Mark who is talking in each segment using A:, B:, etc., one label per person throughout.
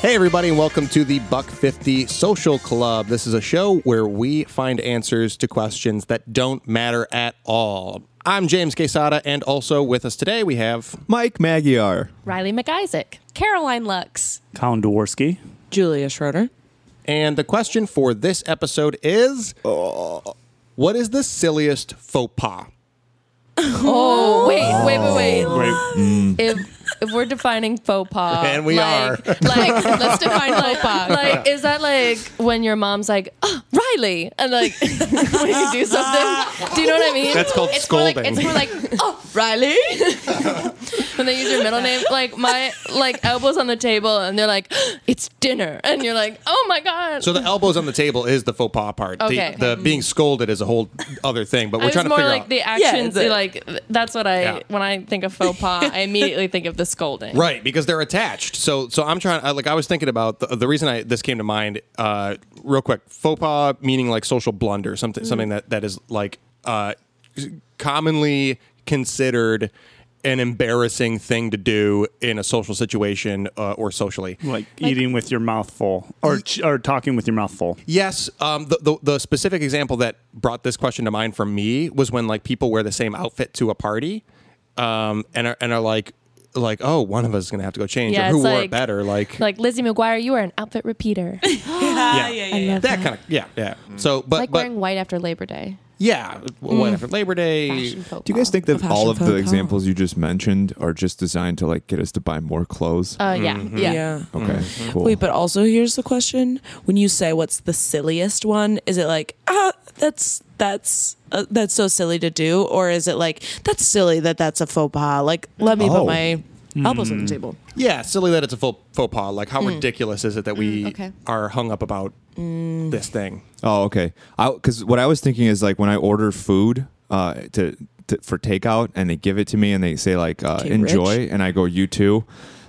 A: Hey, everybody, and welcome to the Buck 50 Social Club. This is a show where we find answers to questions that don't matter at all. I'm James Quesada, and also with us today we have
B: Mike Magyar.
C: Riley McIsaac, Caroline Lux.
D: Colin Dworsky.
E: Julia Schroeder.
A: And the question for this episode is
B: Oh.
A: What is the silliest faux pas?
C: Oh, wait, wait, wait, wait.
D: Wait,
C: If if we're defining faux pas,
A: And we
C: like,
A: are.
C: like let's define faux pas. Like, is that like when your mom's like, oh, Riley, and like when you do something? Do you know what I mean?
A: That's called
C: it's more like-
A: scolding.
C: it's more like, oh, Riley, when they use your middle name. Like my like elbows on the table, and they're like, "Oh, it's dinner, and you're like, oh my god.
A: So the elbows on the table is the faux pas part. The-
C: Okay.
A: The, being scolded is a whole other thing, but we're
C: I was
A: trying to
C: more
A: figure
C: like
A: out.
C: the actions.
E: it's a-
C: like th- that's what I
A: Yeah.
C: when I think of faux pas, I immediately think of the scolding.
A: Right, because they're attached. So, so I'm trying. I, like, I was thinking about the, the reason I this came to mind. Uh, real quick, faux pas meaning like social blunder, something
C: Mm-hmm.
A: something that that is like uh, commonly considered an embarrassing thing to do in a social situation uh, or socially.
D: like eating with your mouth full or ch- or talking with your mouth full.
A: Yes, um, the, the the specific example that brought this question to mind for me was when like people wear the same outfit to a party, um, and are, and are like like oh one of us is gonna have to go change
C: Yeah,
A: or who
C: it's
A: wore it
C: like-
A: better like
C: Like Lizzie McGuire, you are an outfit repeater.
E: Yeah,
A: yeah,
C: I
A: that
C: love that.
A: kind of yeah yeah so but
C: Mm-hmm. like
A: but
C: wearing white after Labor Day.
A: yeah w- after labor day
C: Fashion faux
B: Do you guys
C: pas.
B: think that
E: A
B: all
E: fashion
B: of the
E: faux pas.
B: examples you just mentioned are just designed to like get us to buy more clothes?
C: Uh, yeah, yeah.
E: Yeah.
B: okay, cool.
E: Wait, but also here's the question: When you say what's the silliest one, is it like ah, that's that's uh, that's so silly to do, or is it like that's silly that that's a faux pas? Like, let me
B: Oh.
E: put my elbows on the table.
A: yeah silly that it's a faux, faux pas like how ridiculous is it that we
C: Mm. okay. Mm.
A: are hung up about this thing
B: oh, okay. Because what I was thinking is like when I order food uh, to, to for takeout and they give it to me and they say like uh,
E: Too
B: enjoy
E: rich.
B: and I go you too.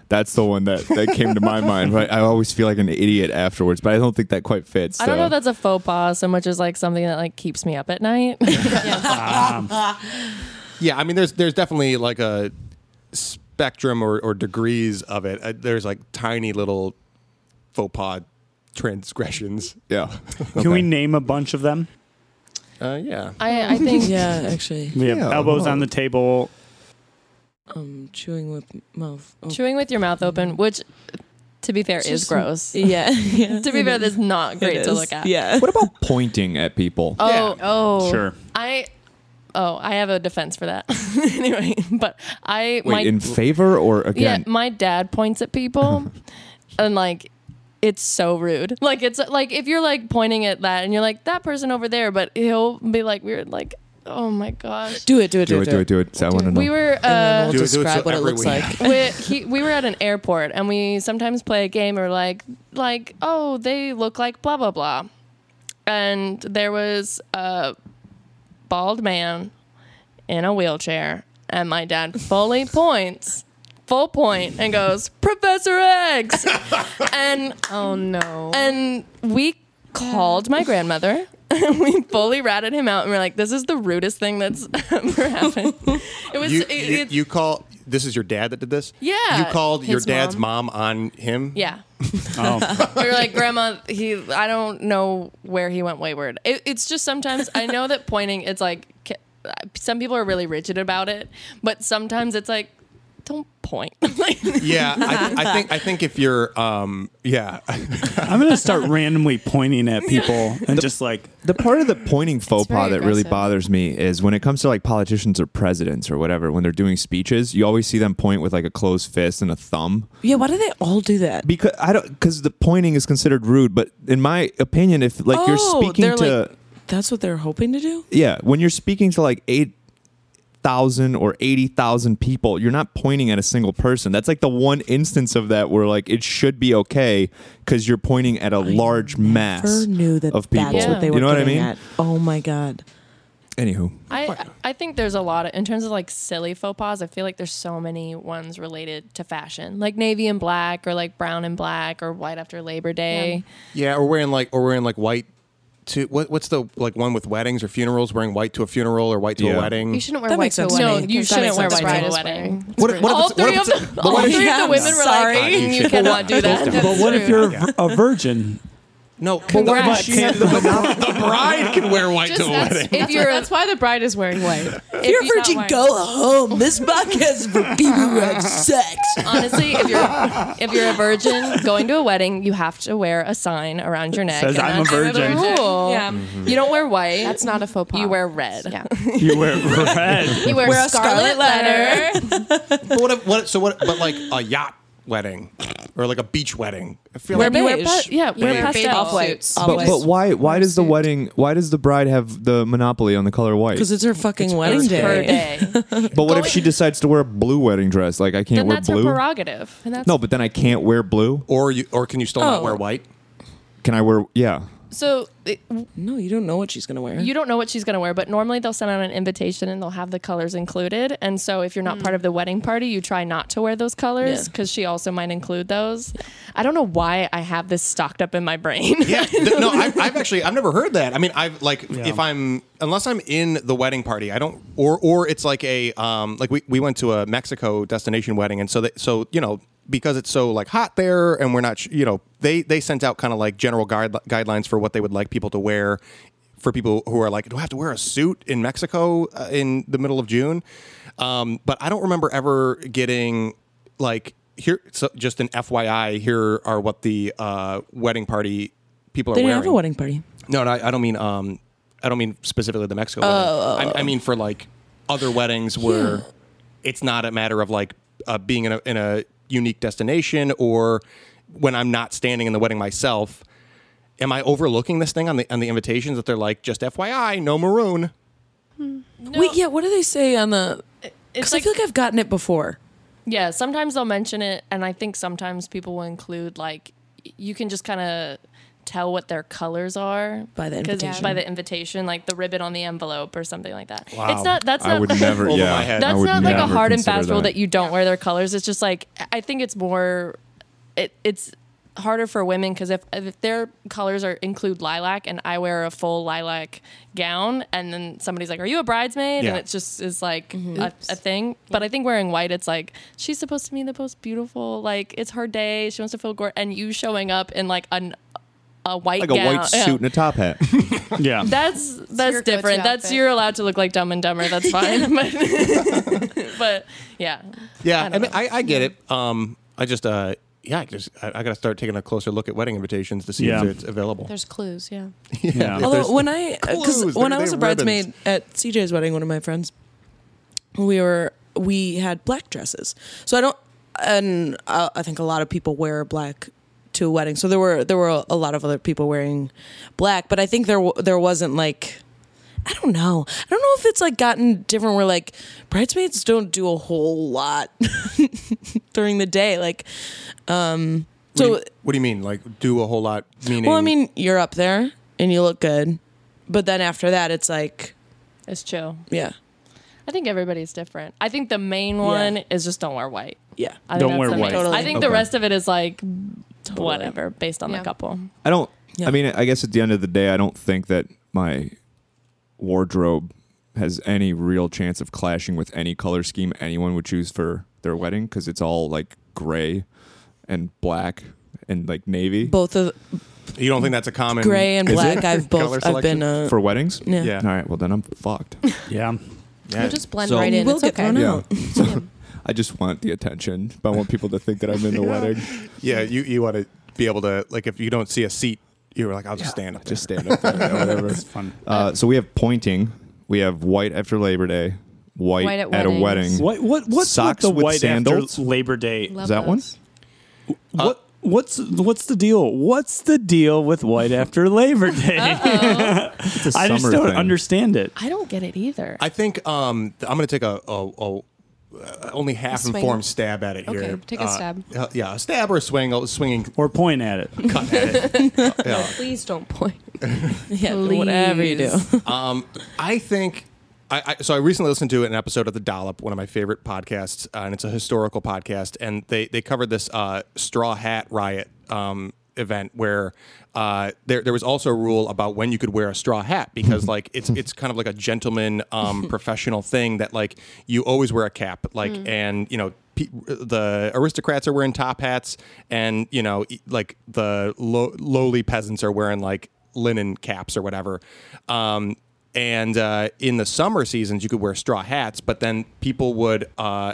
B: That's the one that, that came to my mind. But I always feel like an idiot afterwards. But I don't think that quite fits.
C: I don't know
B: so-
C: if that's a faux pas so much as like something that like keeps me up at night.
A: yeah i mean there's there's definitely like a spectrum or, or degrees of it uh, there's like tiny little faux pas transgressions
B: Yeah.
D: Can we name a bunch of them?
A: uh, yeah
C: I, I think
E: Yeah, actually,
D: We have
B: Yeah.
D: elbows on the table.
E: um, chewing with mouth. Oh.
C: chewing with your mouth open, which to be fair is
E: just-
C: gross.
E: Yeah, yeah.
C: to be fair, that's not great
E: It
C: to
E: is.
C: look at.
E: Yeah.
B: what about pointing at people?
C: Oh,
A: Yeah.
C: oh,
D: Sure.
C: I, oh, I have a defense for that. anyway, but I,
B: Wait,
C: my,
B: in favor or
C: yeah,
B: again?
C: my dad points at people, and like, it's so rude. Like it's like if you're like pointing at that and you're like that person over there, but he'll be like weird, like, oh my gosh.
E: Do it, do it, do,
B: do it, do it, do it. So I want to know.
C: We were
E: And
C: uh,
E: then we'll
A: Do it, do it,
E: describe
A: so
E: what it
A: every
E: looks
A: week.
E: like.
C: we, he, we were at an airport and we sometimes play a game or like like oh they look like blah blah blah and there was a bald man in a wheelchair and my dad fully points full point and goes professor eggs and
F: Oh no.
C: and we called my grandmother and we fully ratted him out and we're like this is the rudest thing that's ever happened it was
A: you,
C: it-
A: you,
C: it-
A: you call this is your dad that did this
C: Yeah,
A: you called your
C: his
A: dad's mom, on him
C: yeah
D: Oh,
C: we were like, Grandma, he, I don't know where he went wayward. It, it's just sometimes I know that pointing, it's like ca- uh, some people are really rigid about it, but sometimes it's like, don't point. like,
A: yeah I, I think i think if you're um yeah
D: I'm gonna start randomly pointing at people and just like
B: the part of the pointing faux
F: very
B: pas that really
F: aggressive.
B: bothers me is when it comes to like politicians or presidents or whatever when they're doing speeches you always see them point with like a closed fist and a thumb
E: Yeah, why do they all do that?
B: because i don't because the pointing is considered rude but in my opinion if like you're
E: Oh,
B: speaking
E: they're
B: to
E: like- That's what they're hoping to do.
B: yeah when you're speaking to like 8,000 or 80,000 people you're not pointing at a single person that's like the one instance of that where like it should be okay because you're pointing at a large mass
E: Never knew that
B: of people
E: That's what they were
B: you know what i
E: getting
B: mean
E: at. Oh my god.
B: anywho
C: I, I think there's a lot of, in terms of like silly faux pas, I feel like there's so many ones related to fashion, like navy and black, or like brown and black, or white after Labor Day.
A: Yeah, or wearing like or wearing like white to what, what's the like one with weddings or funerals? Wearing white to a funeral or white to
B: Yeah.
A: a wedding?
F: You shouldn't wear
E: That
F: white
E: makes
F: to a
E: sense to
F: wedding.
E: me.
C: you
E: That
C: shouldn't
E: makes
C: wear
E: sense
C: white
E: to
C: to
E: me.
C: a wedding.
A: What if- what if
C: all
A: it's- what
C: three
A: if
C: of
A: it's-
C: them,
A: but
C: all
A: what if
C: three
E: you-
C: of the women were like,
E: Sorry.
C: you cannot do that.
A: Both-
C: That's
D: but what if
C: rude.
D: you're a vir- a virgin?
A: no,
C: Congrats.
A: she had- the, the bride can wear white
F: Just
A: to a
F: that's,
A: wedding.
F: if you're, that's why the bride is wearing white.
E: If you're virgin, go home. This podcast is for people who have sex.
C: Honestly, if you're if you're a virgin going to a wedding, you have to wear a sign around your neck.
D: Says,
C: and
D: "I'm a
C: that's another
D: virgin."
C: rule. Mm-hmm.
F: Yeah.
C: You don't wear white.
F: That's not a faux pas.
C: You wear red.
F: Yeah.
D: You wear red.
F: You wear,
E: Wear a scarlet letter.
A: But what if, what, so what? But like a yacht wedding or like a beach wedding. I feel
E: Wear
A: like
C: You wear
E: Beige.
C: pa- yeah, wear
F: Beige.
C: pastel.
F: Off-white.
C: suits.
B: But,
E: Always.
B: but why why does the wedding why does the bride have the monopoly on the color white?
E: Because it's her fucking wedding
C: It's
E: day.
C: per day.
B: But what if she decides to wear a blue wedding dress? Like I can't
C: then
B: wear
C: that's
B: blue.
C: her prerogative. And that's
B: no, but then I can't wear blue.
A: or you or can you still not
E: Oh.
A: wear white?
B: Can I wear? Yeah.
C: so it,
E: No, you don't know what she's gonna wear.
C: you don't know what she's going to wear, but normally they'll send out an invitation and they'll have the colors included. And so if you're not part of the wedding party, you try not to wear those colors
E: Mm. Yeah.
C: because she also might include those. I don't know why I have this stocked up in my brain.
A: Yeah, th- no, I, I've actually I've never heard that. I mean, I've like if I'm unless I'm in the wedding party, I don't or or it's like a um like we, we went to a Mexico destination wedding, and so that so you know because it's so like hot there, and we're not sh- you know they they sent out kind of like general guide, guidelines for what they would like people to wear for people who are like do I have to wear a suit in Mexico uh, in the middle of June, um, but I don't remember ever getting like. Here, so just an FYI. Here are what the uh, wedding party people
E: They
A: are
E: didn't
A: wearing.
E: have a wedding party.
A: No, no, I, I don't mean um, I don't mean specifically the
E: Oh,
A: Mexico. wedding. I, I mean for like other weddings where it's not a matter of like uh, being in a in a unique destination or when I'm not standing in the wedding myself. Am I overlooking this thing on the on the invitations that they're like just FYI, no maroon?
E: Wait, yeah. What do they say on the? Because I feel like I've gotten it before.
C: Yeah, sometimes they'll mention it, and I think sometimes people will include like y- you can just kind of tell what their colors are
E: By the
C: 'cause-
E: invitation.
C: by the invitation, like the ribbon on the envelope or something like that.
A: Wow.
C: It's not. That's
B: I
C: not.
B: would never.
A: Over
B: yeah.
A: my head.
B: I
C: that's
B: would
C: not like a
B: never
C: hard and
B: consider
C: fast rule that you don't wear their colors. It's just like I- I think it's more. It, it's harder for women because if if their colors are include lilac and I wear a full lilac gown and then somebody's like, "Are you a bridesmaid?"
A: Yeah.
C: and it's just is like a, a thing. But I think wearing white, it's like she's supposed to be the most beautiful. Like it's her day. She wants to feel gorgeous, and you showing up in like an a white
B: like a
C: gown,
B: white
C: yeah.
B: suit and a top hat.
D: Yeah.
C: That's that's
F: your go-to
C: different. That's
F: outfit.
C: you're allowed to look like Dumb and Dumber. That's fine. but, but, yeah,
A: Yeah,
C: I
A: I,
C: don't
A: mean,
C: know.
A: I, I get it. Um, I just uh, yeah, I just I, I got to start taking a closer look at wedding invitations to see
D: Yeah.
A: if it's available.
F: There's clues, yeah.
D: yeah.
A: If there's-
E: Although when I,
A: clues,
E: because when
A: they're-
E: I was
A: they're
E: a bridesmaid at CJ's wedding, one of my friends, we were we had black dresses. So I don't, and uh, I think a lot of people wear black to a wedding. So there were there were a lot of other people wearing black, but I think there w- there wasn't like. I don't know. I don't know if it's like gotten different where like bridesmaids don't do a whole lot during the day. Like, um,
A: what, do
E: so
A: you, what do you mean? Like do a whole lot? Meaning?
E: well, I mean, you're up there and you look good, but then after that, it's like,
C: it's chill.
E: yeah,
C: I think everybody's different. I think the main one is just don't wear white.
E: yeah.
C: I think
D: Don't
C: that's
D: wear
C: the main-
D: white.
E: Totally.
C: I think the
B: Okay.
C: rest of it is like whatever, based on
F: Yeah.
C: the couple.
B: I don't.
E: Yeah.
B: I mean, I guess at the end of the day, I don't think that my wardrobe has any real chance of clashing with any color scheme anyone would choose for their wedding because it's all like gray and black and like navy
E: Both of
A: you don't think that's a common
E: gray and
B: Is
E: black.
B: it?
E: I've
A: Color
E: both. I've
A: selection?
E: been uh,
B: for weddings.
E: yeah.
A: Yeah.
B: All right. Well, then I'm fucked.
D: Yeah.
A: Yeah.
F: You'll just blend
B: So-
F: right
E: You
F: in.
E: will
F: it's
E: get
F: okay.
E: thrown out.
B: Yeah. So, I just want the attention. But I want people to think that I'm in the wedding.
A: Yeah, you, you want to be able to like if you don't see a seat, you're like, I'll just stand up.
B: Just stand up. There, yeah, whatever.
D: Fun.
B: Uh, so we have pointing. We have white after Labor Day. White,
F: White at
B: at, a
F: weddings.
B: wedding.
D: What what what's
B: Socks
D: with the
B: with
D: white
B: sandals?
D: after Labor Day?
F: Love
B: Is that one?
F: those.
D: What what's what's the deal? What's the deal with white after Labor Day?
B: It's a
D: I just
B: summer
D: don't
B: thing.
D: understand it.
C: I don't get it either.
A: I think um, th- I'm going to take a, a, a uh, only half
F: swing.
A: informed stab at it here.
F: Okay, take a
A: Uh,
F: stab.
A: uh, yeah, a stab or a swing, a swinging
D: Or point at it.
A: cut at it. Yeah.
F: Please don't point.
E: Yeah, whatever you do.
A: Um, I think. I, I, so I recently listened to an episode of the Dollop, one of my favorite podcasts, uh, and it's a historical podcast. And they they covered this uh, Straw Hat riot um, event where uh, there there was also a rule about when you could wear a straw hat because like it's it's kind of like a gentleman um, professional thing that like you always wear a cap like and you know pe- the aristocrats are wearing top hats and you know e- like the low, lowly peasants are wearing like linen caps or whatever um, and uh, in the summer seasons you could wear straw hats but then people would uh,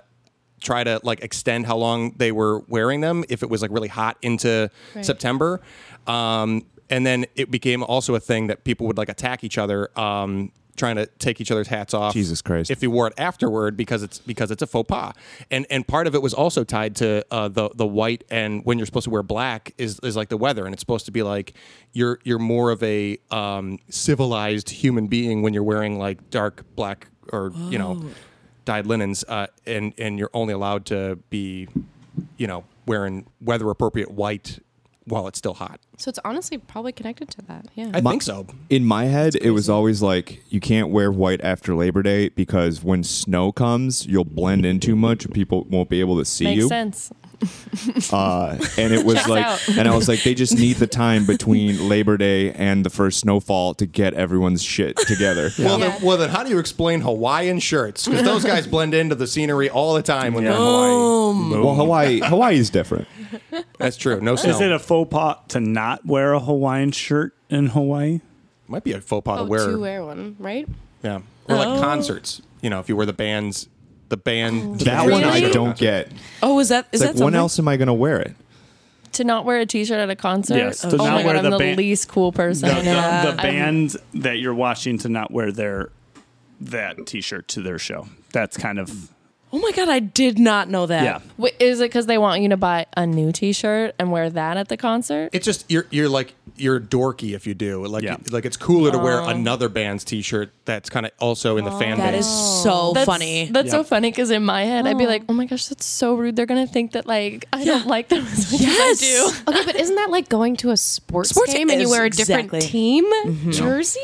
A: try to like extend how long they were wearing them if it was like really hot into September. Um, and then it became also a thing that people would like attack each other, um, trying to take each other's hats off.
B: Jesus Christ.
A: If you wore it afterward, because it's because it's a faux pas, and and part of it was also tied to uh, the the white and when you're supposed to wear black is is like the weather, and it's supposed to be like you're you're more of a um, civilized human being when you're wearing like dark black or you know dyed linens, uh, and and you're only allowed to be, you know, wearing weather appropriate white while it's still hot.
F: So it's honestly probably connected to that. Yeah.
A: I
B: My-
A: think so.
B: In my head, it was always like you can't wear white after Labor Day because when snow comes, you'll blend in too much and people won't be able to see
C: Makes
B: you.
C: sense.
B: Uh, and it was
F: Checks
B: like,
F: out.
B: and I was like, they just need the time between Labor Day and the first snowfall to get everyone's shit together.
A: Well,
F: Yeah.
A: then, well, then, how do you explain Hawaiian shirts? Because those guys blend into the scenery all the time when they're in Hawaii.
B: Well, Hawaii, Hawaii is different.
A: That's true. No snow.
D: Is it a faux pas to not wear a Hawaiian shirt in Hawaii?
A: Might be a faux pas
F: oh,
A: to wear.
F: to wear one, right? Oh.
A: Yeah, or like concerts. You know, if you were the band's the band.
B: That one I
F: Really?
B: don't get.
E: Oh, is that is
B: It's
E: that
B: like, when
E: something?
B: else am I going to wear it?
C: To not wear a T-shirt at a concert.
D: Yes, to
C: oh
D: not
C: my
D: wear
C: god,
D: the
C: I'm the
D: band-
C: least cool person.
D: The,
C: I know.
D: the, the
C: I'm-
D: band that you're watching to not wear their that T-shirt to their show. That's kind of
E: Oh my god, I did not know that.
D: yeah.
C: Wait, is it because they want you to buy a new T-shirt and wear that at the concert?
A: It's just you're you're like you're dorky if you do like
D: Yeah.
A: like it's cooler to
F: Oh.
A: wear another band's T-shirt that's kind of also in the fan
E: That
A: base.
E: is so
C: Oh. That's-
E: funny.
C: That's so
D: Yep.
C: funny because in my head, I'd be like, "Oh my gosh, that's so rude. They're gonna think that like I don't like them as much
E: Yes.
C: as I do."
F: Okay, but isn't that like going to a sports,
E: Sports
F: game and you
E: is-
F: wear a different
E: exactly.
F: team jersey?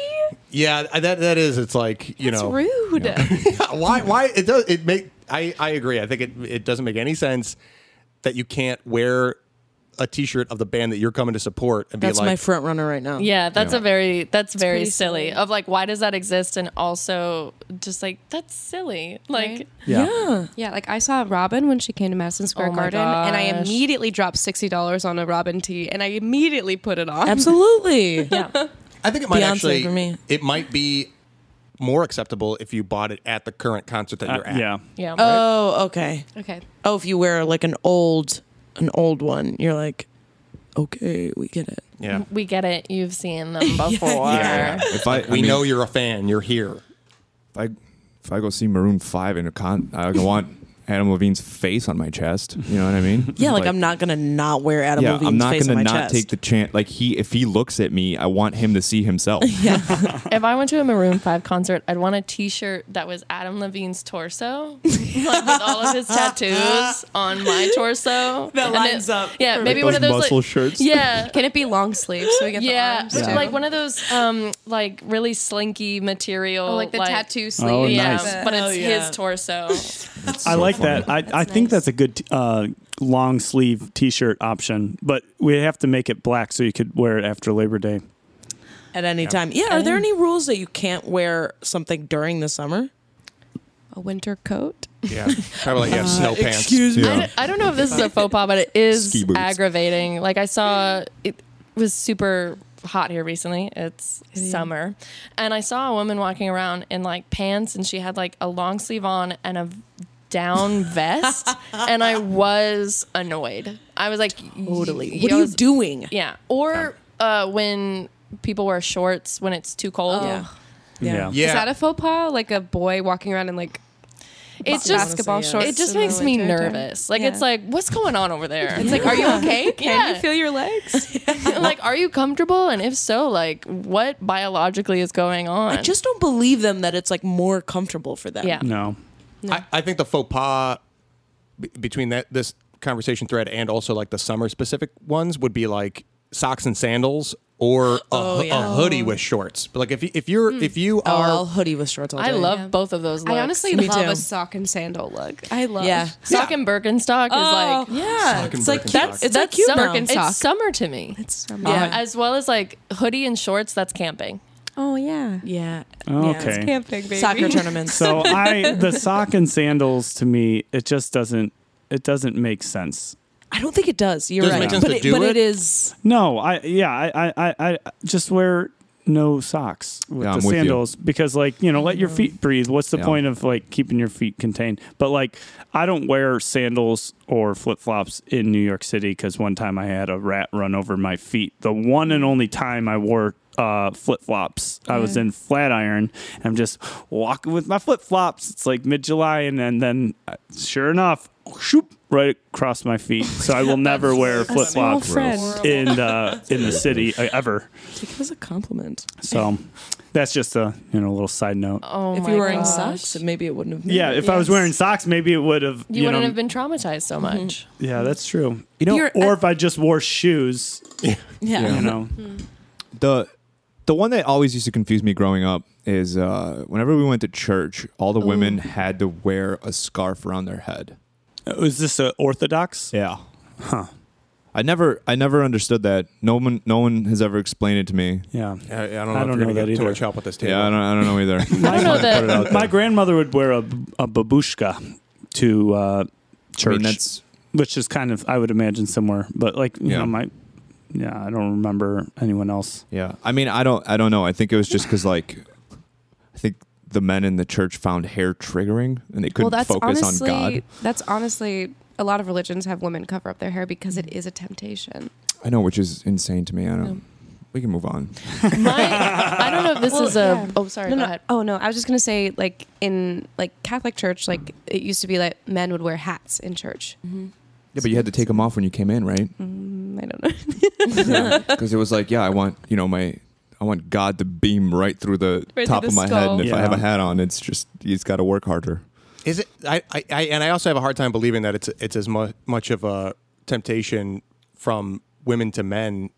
A: Yeah, I- that that is. It's like you
F: It's
A: know
F: rude.
A: why why it does it make I I agree. I think it it doesn't make any sense that you can't wear a T-shirt of the band that you're coming to support and
E: That's
A: be like
E: my front runner right now.
C: Yeah, that's a very that's very
F: pretty
C: silly.
F: silly.
C: Of like, why does that exist? And also, just like that's silly. Like,
F: Right.
D: yeah,
F: Yeah, like I saw Robin when she came to Madison Square
C: Oh my
F: Garden, and I
C: gosh.
F: immediately dropped sixty dollars on a Robin tee, and I immediately put it on.
E: Absolutely.
A: I think it might
E: Beyonce
A: actually
E: for me.
A: it might be more acceptable if you bought it at the current concert that
D: Uh,
A: you're at.
D: yeah.
C: yeah,
E: Oh, okay.
F: Okay,
E: Oh, if you wear like an old an old one, you're like, okay, we get it.
A: yeah.
C: we get it. You've seen them before.
A: yeah.
B: If I, I
A: We
B: mean,
A: know you're a fan. You're here.
B: if I, if I go see Maroon Five in a con, I want Adam Levine's face on my chest. You know what I mean?
E: Yeah, like, I'm not gonna not wear Adam
B: Yeah,
E: Levine's
B: I'm not
E: face on
B: gonna
E: my
B: not
E: chest.
B: take the chance. Like he, if he looks at me, I want him to see himself.
C: If I went to a Maroon Five concert, I'd want a T-shirt that was Adam Levine's torso, like with all of his tattoos on my torso.
E: That
C: And
E: lines up
C: Yeah,
E: perfect.
C: maybe
B: Those
C: one of those
B: muscle
C: like,
B: shirts.
C: Yeah,
F: can it be long sleeve so we get the
C: yeah,
F: arms?
C: but like one of those um like really slinky material,
F: Oh, like the tattoo sleeve.
D: Oh,
C: Yeah,
D: nice.
C: but it's
E: Oh, yeah.
C: his torso.
D: I like that. I, I think
F: nice.
D: that's a good t- uh, long sleeve T-shirt option, but we have to make it black so you could wear it after Labor Day.
E: at any time. Yeah. Are there any rules that you can't wear something during the summer?
F: a winter coat.
A: Yeah, probably like
E: Uh,
A: you have snow pants.
B: Yeah.
C: I, I don't know if this is a faux pas, but it is
B: Ski boots.
C: aggravating. Like I saw it was super hot here recently. It's summer. And I saw a woman walking around in like pants and she had like a long sleeve on and a down vest and I was annoyed. I was like totally.
E: What are you doing?
C: Yeah. Or uh, when people wear shorts when it's too cold.
F: Oh.
E: Yeah.
D: Yeah.
A: Yeah,
F: Is that a faux pas? Like a boy walking around in like
C: It's just
F: basketball
E: yeah.
F: shorts?
C: it just
F: in the
C: makes me
F: winter time?
C: nervous. Like
F: Yeah.
C: it's like what's going on over there?
F: It's like, are you okay? Can
C: Yeah.
F: you feel your legs?
C: like are you comfortable and if so like what biologically is going on
E: I just don't believe them that it's like more comfortable for them.
C: yeah
D: No.
A: I, I think the faux pas b- between that this conversation thread and also like the summer specific ones would be like socks and sandals or a,
E: Oh,
A: hoo-
E: yeah.
A: a hoodie with shorts. But like if you, if you're if you
E: Oh,
A: are
E: I'll hoodie with shorts all day.
C: I love both of those. Looks.
F: I honestly
E: Me
F: love
E: too.
F: a sock and sandal look. I love.
E: Yeah. Oh.
C: sock and Birkenstock is like
E: Yeah,
A: Sock and
E: it's like
A: Birkenstock.
E: that's
A: That's-
E: it's like cute
C: summer.
E: now.
C: It's
F: Sock.
C: summer to me.
F: It's from
E: Yeah.
C: as well as like hoodie and shorts. That's camping.
F: Oh yeah.
E: yeah.
D: Oh, Okay.
F: Camping baby.
E: Soccer tournaments.
D: So I the sock and sandals to me it just doesn't it doesn't make sense.
E: I don't think it does. You're
A: Doesn't
E: right.
A: make sense
E: but
A: to
E: it,
A: do
E: but
A: it?
E: it is
D: No, I yeah, I I I, I just wear no socks with
B: Yeah,
D: the
B: I'm with you.
D: sandals because like, you know, let your feet breathe. What's the
B: Yeah.
D: point of like keeping your feet contained? But like I don't wear sandals or flip-flops in New York City cuz one time I had a rat run over my feet. The one and only time I wore uh, flip flops. I was in Flatiron. And I'm just walking with my flip flops. It's like mid July, and, and then uh, sure enough, shoop, right across my feet. So I will never wear flip
F: Small
D: flops
F: friend.
D: in uh, in the city uh, ever.
E: take it as a compliment.
D: So that's just a you know little side note.
C: Oh
E: if
C: my
E: you're wearing
C: gosh.
E: socks, maybe it wouldn't have.
D: Yeah, if I was wearing socks, maybe it would have
C: you,
D: you,
C: wouldn't
D: know.
C: have been traumatized so much.
D: yeah, that's true. You
B: know-
D: know, or if I just wore shoes,
E: yeah.
D: you know.
B: the the one that always used to confuse me growing up is uh, whenever we went to church, all the women had to wear a scarf around their head.
D: Is this a orthodox?
B: Yeah. Huh. I never I never understood that. No one no one has ever explained it to me.
D: Yeah.
A: I, I don't know
D: I
A: if
D: don't
A: you're
D: know
A: gonna
D: that
A: get to
D: either.
A: a chop with this table.
B: Yeah, I don't I don't know either.
C: I don't know that.
D: My grandmother would wear a, a babushka to uh,
B: I
D: church,
B: mean that's
D: which is kind of I would imagine somewhere, but like you
B: Yeah.
D: know, my yeah, I don't remember anyone else.
B: yeah. I mean I don't I don't know. I think it was just cuz like I think the men in the church found hair triggering and they couldn't focus
F: honestly,
B: on God.
F: That's honestly a lot of religions have women cover up their hair because it is a temptation.
B: I know which is insane to me. I don't We can move on.
C: My, I don't know if this
F: Well,
C: is a.
F: yeah.
C: Oh, sorry.
F: No,
C: go
F: no.
C: ahead.
F: Oh no, I was just gonna say like in like Catholic church, like it used to be like men would wear hats in church.
B: Yeah, but you had to take them off when you came in, right?
F: Mm, I don't know.
B: because it was like, yeah, I want you know my, I want God to beam right through the
F: Right
B: top
F: through
B: of
F: the
B: my head, and if I
D: skull.
B: have a
D: Yeah.
B: hat on, it's just he's got to work harder.
A: Is it? I, I, I and I also have a hard time believing that it's it's as mu- much of a temptation from women to men.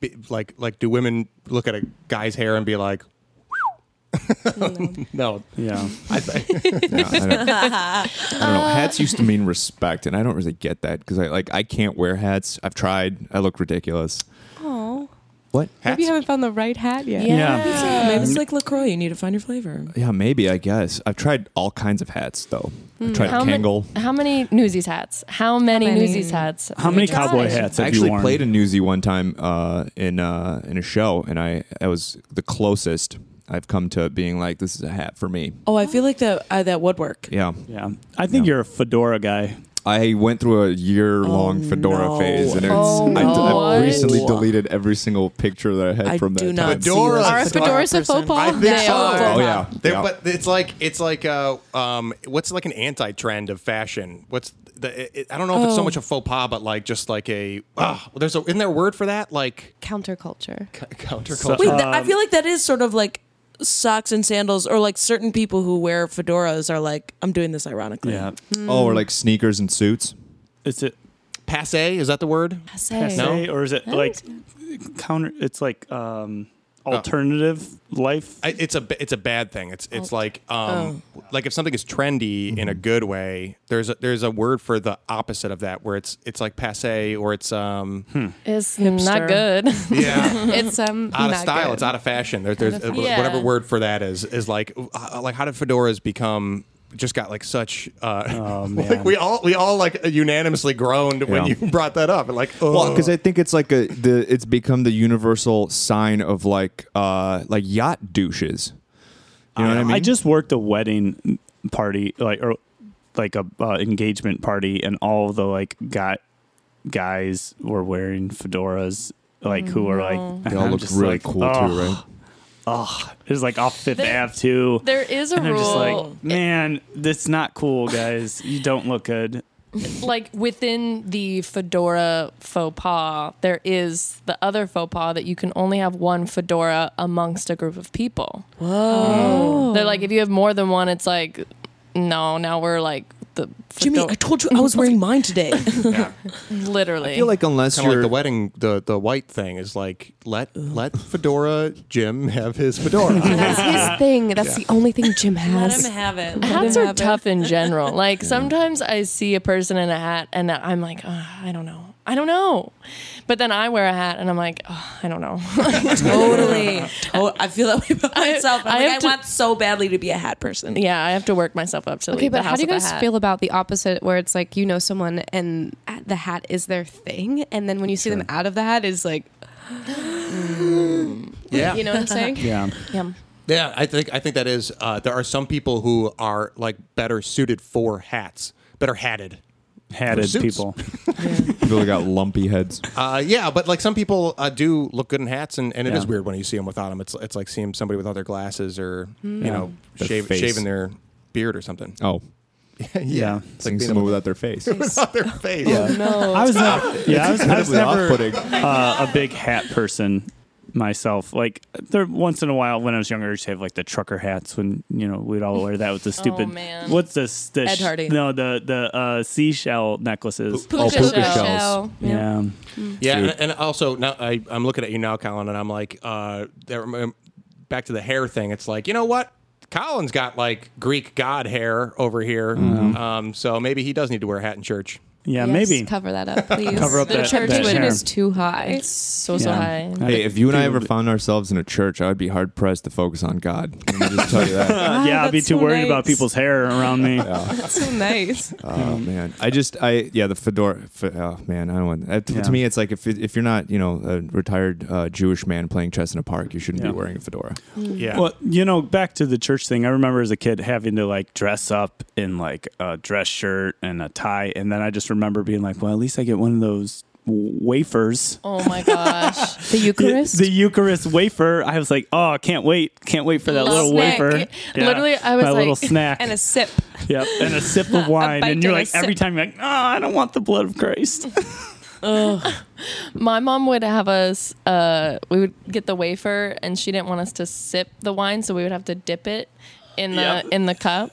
A: Be- Like like, do women look at a guy's hair and be like, no?
D: Yeah,
A: I think
B: Yeah, I, don't, I don't know. Hats used to mean respect, and I don't really get that because I like I can't wear hats. I've tried. I look ridiculous.
F: Oh,
B: What?
F: maybe you haven't found the right hat yet.
D: Yeah.
E: Yeah, maybe it's like Lacroix. You need to find your flavor.
B: Yeah, maybe I guess I've tried all kinds of hats though. I've tried
C: How, many?
B: Kangol.
C: how many Newsies hats? How many,
F: many?
C: Newsies hats?
D: how many cowboy hats have
B: I actually
D: you worn?
B: played a newsie one time uh, in uh, in a show, and I I was the closest I've come to being like this is a hat for me.
E: Oh, I feel like that uh, that woodwork.
B: Yeah.
D: yeah, I think
B: Yeah.
D: you're a fedora guy.
B: I went through a year long
E: Oh,
B: fedora
E: no.
B: phase, and it's,
C: Oh,
B: I, have
C: no.
B: recently deleted every single picture that I had
E: I
B: from that
E: do not.
B: time.
E: see you
A: Fedora.
E: as a
A: Are
C: fedoras a
E: person.
C: faux pas? I think
E: They
C: so.
E: are.
B: Oh yeah,
A: They-
B: yeah.
A: But it's like it's like uh, um, what's like an anti trend of fashion? What's the? It, I don't know if it's so
E: Oh.
A: much a faux pas, but like just like a. Uh, there's a isn't there a word for that? Like
F: Counterculture.
A: c- counterculture.
E: Wait, th- I feel like that is sort of like socks and sandals, or like certain people who wear fedoras are like, I'm doing this ironically.
D: Yeah,
E: Hmm.
B: oh, or like sneakers and suits.
D: is it
A: Passe is that the word?
C: Say.
A: No.
D: say or is it like counter? It's like um
B: Oh.
D: alternative life.
A: I, it's a b- it's a bad thing. It's it's like um like if something is trendy in
B: Mm-hmm.
A: a good way, there's a, there's a word for the opposite of that where it's it's like passe or it's um
B: Hmm.
C: It's
E: Hipster.
C: not good.
A: yeah
F: It's um
A: out of
F: not
A: style.
F: good.
A: It's out of fashion. There, there's uh,
C: fashion.
A: whatever
C: Yeah.
A: word for that is is like uh, like how did fedoras become just got like such uh like
D: man.
A: we all we all like unanimously groaned when
B: Oh, Yeah.
A: you brought that up and like oh
B: Well, because I think it's like a the it's become the universal sign of like uh like yacht douches. You know what I mean?
D: just worked a wedding party, like or like a uh, engagement party, and all the like guy guys were wearing fedoras, like who were like
B: they all look really cool too, right?
D: Oh, it was like off Fifth Ave too.
C: There is a
D: And I'm just
C: rule,
D: like, man, that's not cool, guys. You don't look good.
C: like, within the fedora faux pas, there is the other faux pas that you can only have one fedora amongst a group of people.
E: Whoa. Oh.
F: Oh.
C: They're like, if you have more than one, it's like, no, now we're like the for
E: Jimmy,
C: don't-
E: I told you I was wearing mine today.
A: Yeah.
C: literally.
B: I feel like unless
A: Kind of
B: you're
A: like the wedding, the the white thing is like let let Fedora Jim have his fedora.
F: That's his thing. That's the only thing Jim has.
E: have it.
C: hats are tough in general. Like sometimes I see a person in a hat and I'm like, "Ah, I don't know. I don't know. But then I wear a hat and I'm like, "Ah, I don't know.
E: Totally. Oh, I feel that way about
C: I-
E: myself. I'm
C: I
E: like,
C: have
E: I
C: to-
E: want so badly to be a hat person.
C: yeah, I have to work myself up to
F: Okay,
C: leave the
F: but how
C: house
F: do you
C: with a
F: guys
C: hat.
F: feel about the opposite, where it's like you know someone and at- the hat is their thing, and then when you see them out of the hat, is like
A: yeah,
F: you know what I'm saying?
D: Yeah.
C: Yum.
A: Yeah, I think I think that is. Uh, there are some people who are like better suited for hats, better hatted.
D: Hatted
A: Pursuits.
D: people.
B: people that got lumpy heads.
A: Uh, yeah, but like some people uh, do look good in hats, and, and it is
D: Yeah.
A: weird when you see them without them. It's it's like seeing somebody without their glasses or you know
B: Hmm. Their
A: shave,
B: face.
A: shaving their beard or something.
B: Oh,
D: Yeah.
A: It's
B: seeing
A: like being
B: someone
A: able-
B: without their face.
A: without their face.
C: No.
D: I was never, yeah, I was, I was
B: Incredibly
D: never
B: off-putting.
D: uh, a big hat person myself. Like there, once in a while when I was younger, I used to have like the trucker hats. When you know we'd all wear that with the stupid.
C: man.
D: What's this? The
E: Ed
D: sh-
E: Hardy.
D: no, the the uh, seashell necklaces.
B: Oh,
C: Puka
B: puka
C: shell.
B: shells.
D: Yeah.
A: Yeah,
B: Dude.
A: and, and also now I, I'm looking at you now, Colin, and I'm like, uh, that, rem- back to the hair thing. It's like you know what, Colin's got like Greek god hair over here,
B: Mm-hmm.
A: um, so maybe he does need to wear a hat in church.
D: Yeah,
F: Yes,
D: maybe.
F: cover that up, please.
D: Cover up
F: the
D: that-
F: church
D: that
F: tuition
D: hair.
F: is too high.
C: so so
D: Yeah.
C: high.
D: I-
B: Hey, if you and I
D: dude,
B: ever found ourselves in a church, I would be hard pressed to focus on God. Let me just tell you that.
D: uh, yeah, I'd be
F: that's
D: too
F: so
D: worried
F: nice.
D: about people's hair around me.
F: That's so nice.
B: Oh man, I just I yeah the fedora. Fe, oh man, I don't want that.
D: Yeah.
B: To me, it's like if if you're not you know a retired uh, Jewish man playing chess in a park, you shouldn't
D: Yeah.
B: be wearing a fedora.
A: Yeah.
D: Well, you know, back to the church thing. I remember as a kid having to like dress up in like a dress shirt and a tie, and then I just remember being like, "Well, at least I get one of those w- wafers."
C: Oh my gosh.
F: The Eucharist.
D: The Eucharist wafer. I was like, "Oh, I can't wait! Can't wait for that
C: Little
D: little
C: snack.
D: wafer."
C: Literally, I was
D: my
C: like-
D: little snack
F: and a sip.
D: yep, and a sip of wine,
F: bite
D: and you're
F: and a
D: like every
F: sip.
D: time you're like, "Oh, I don't want the blood of Christ."
C: My mom would have us. Uh, we would get the wafer, and she didn't want us to sip the wine, so we would have to dip it in the
D: Yeah.
C: in the cup.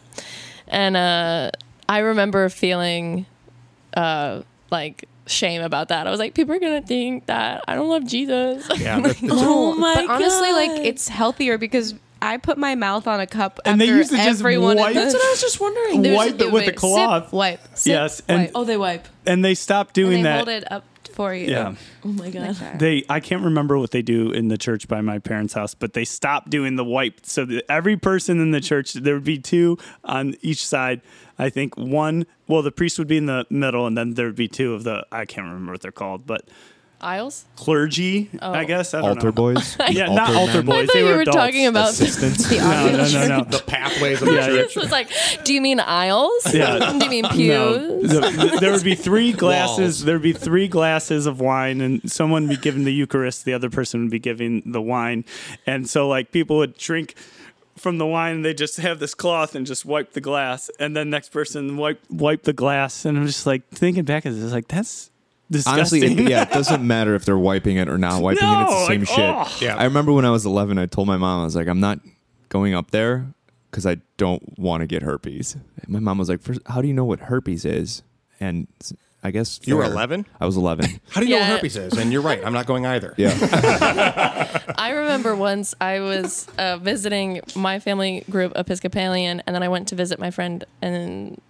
C: And uh, I remember feeling uh, like shame about that. I was like, people are gonna think that I don't love Jesus.
A: yeah, it's- it's-
E: Oh my
F: but honestly,
E: God.
F: like it's healthier because I put my mouth on a cup
D: And they
F: after
D: used to just
F: everyone. in
D: wipe-
F: the-
E: That's what I was just wondering.
F: There's-
D: wipe it with a
F: sip,
D: cloth.
F: wipe. sip,
D: Yes, and-
F: wipe.
E: oh, they wipe.
D: And they stopped
F: And
D: doing
F: they
D: that.
F: hold it up for you.
D: yeah.
E: Oh my god.
D: They, I can't remember what they do in the church by my parents' house, but they stopped doing the wipe. So that every person in the church, there would be two on each side. I think one, well, the priest would be in the middle, and then there would be two of the, I can't remember what they're called, but
C: Aisles.
D: clergy, I
F: Oh.
D: guess. I don't
B: Altar
D: know.
B: boys,
D: Yeah, not altar
B: men?
C: I
D: boys.
C: thought
D: they
C: you were
D: adults.
C: talking about.
B: assistants.
F: The
D: No,
F: audience.
D: no, no, no.
A: the pathways of the
D: Yeah, yeah.
A: church.
C: This was like, do you mean aisles?
D: Yeah.
C: do you mean pews?
D: No, the- the- there would be three glasses.
A: Walls.
D: There would be three glasses of wine, and someone would be given the Eucharist. The other person would be giving the wine, and so like people would drink from the wine. and They just have this cloth and just wipe the glass, and then next person wipe wipe the glass. And I'm just like thinking back at this, like that's disgusting.
B: Honestly, it, yeah, it doesn't matter if they're wiping it or not wiping it. It's
D: No,
B: the same
D: like,
B: shit.
D: oh.
A: Yeah.
B: I remember when I was 11, I told my mom, I was like, I'm not going up there because I don't want to get herpes. And my mom was like, First, How do you know what herpes is? And s- I guess
A: You were
B: fair.
A: 11?
B: I was 11.
A: How do you know
C: Yeah.
A: what herpes is? And you're right, I'm not going either.
B: yeah.
C: I remember once I was uh, visiting my family group Episcopalian, and then I went to visit my friend, and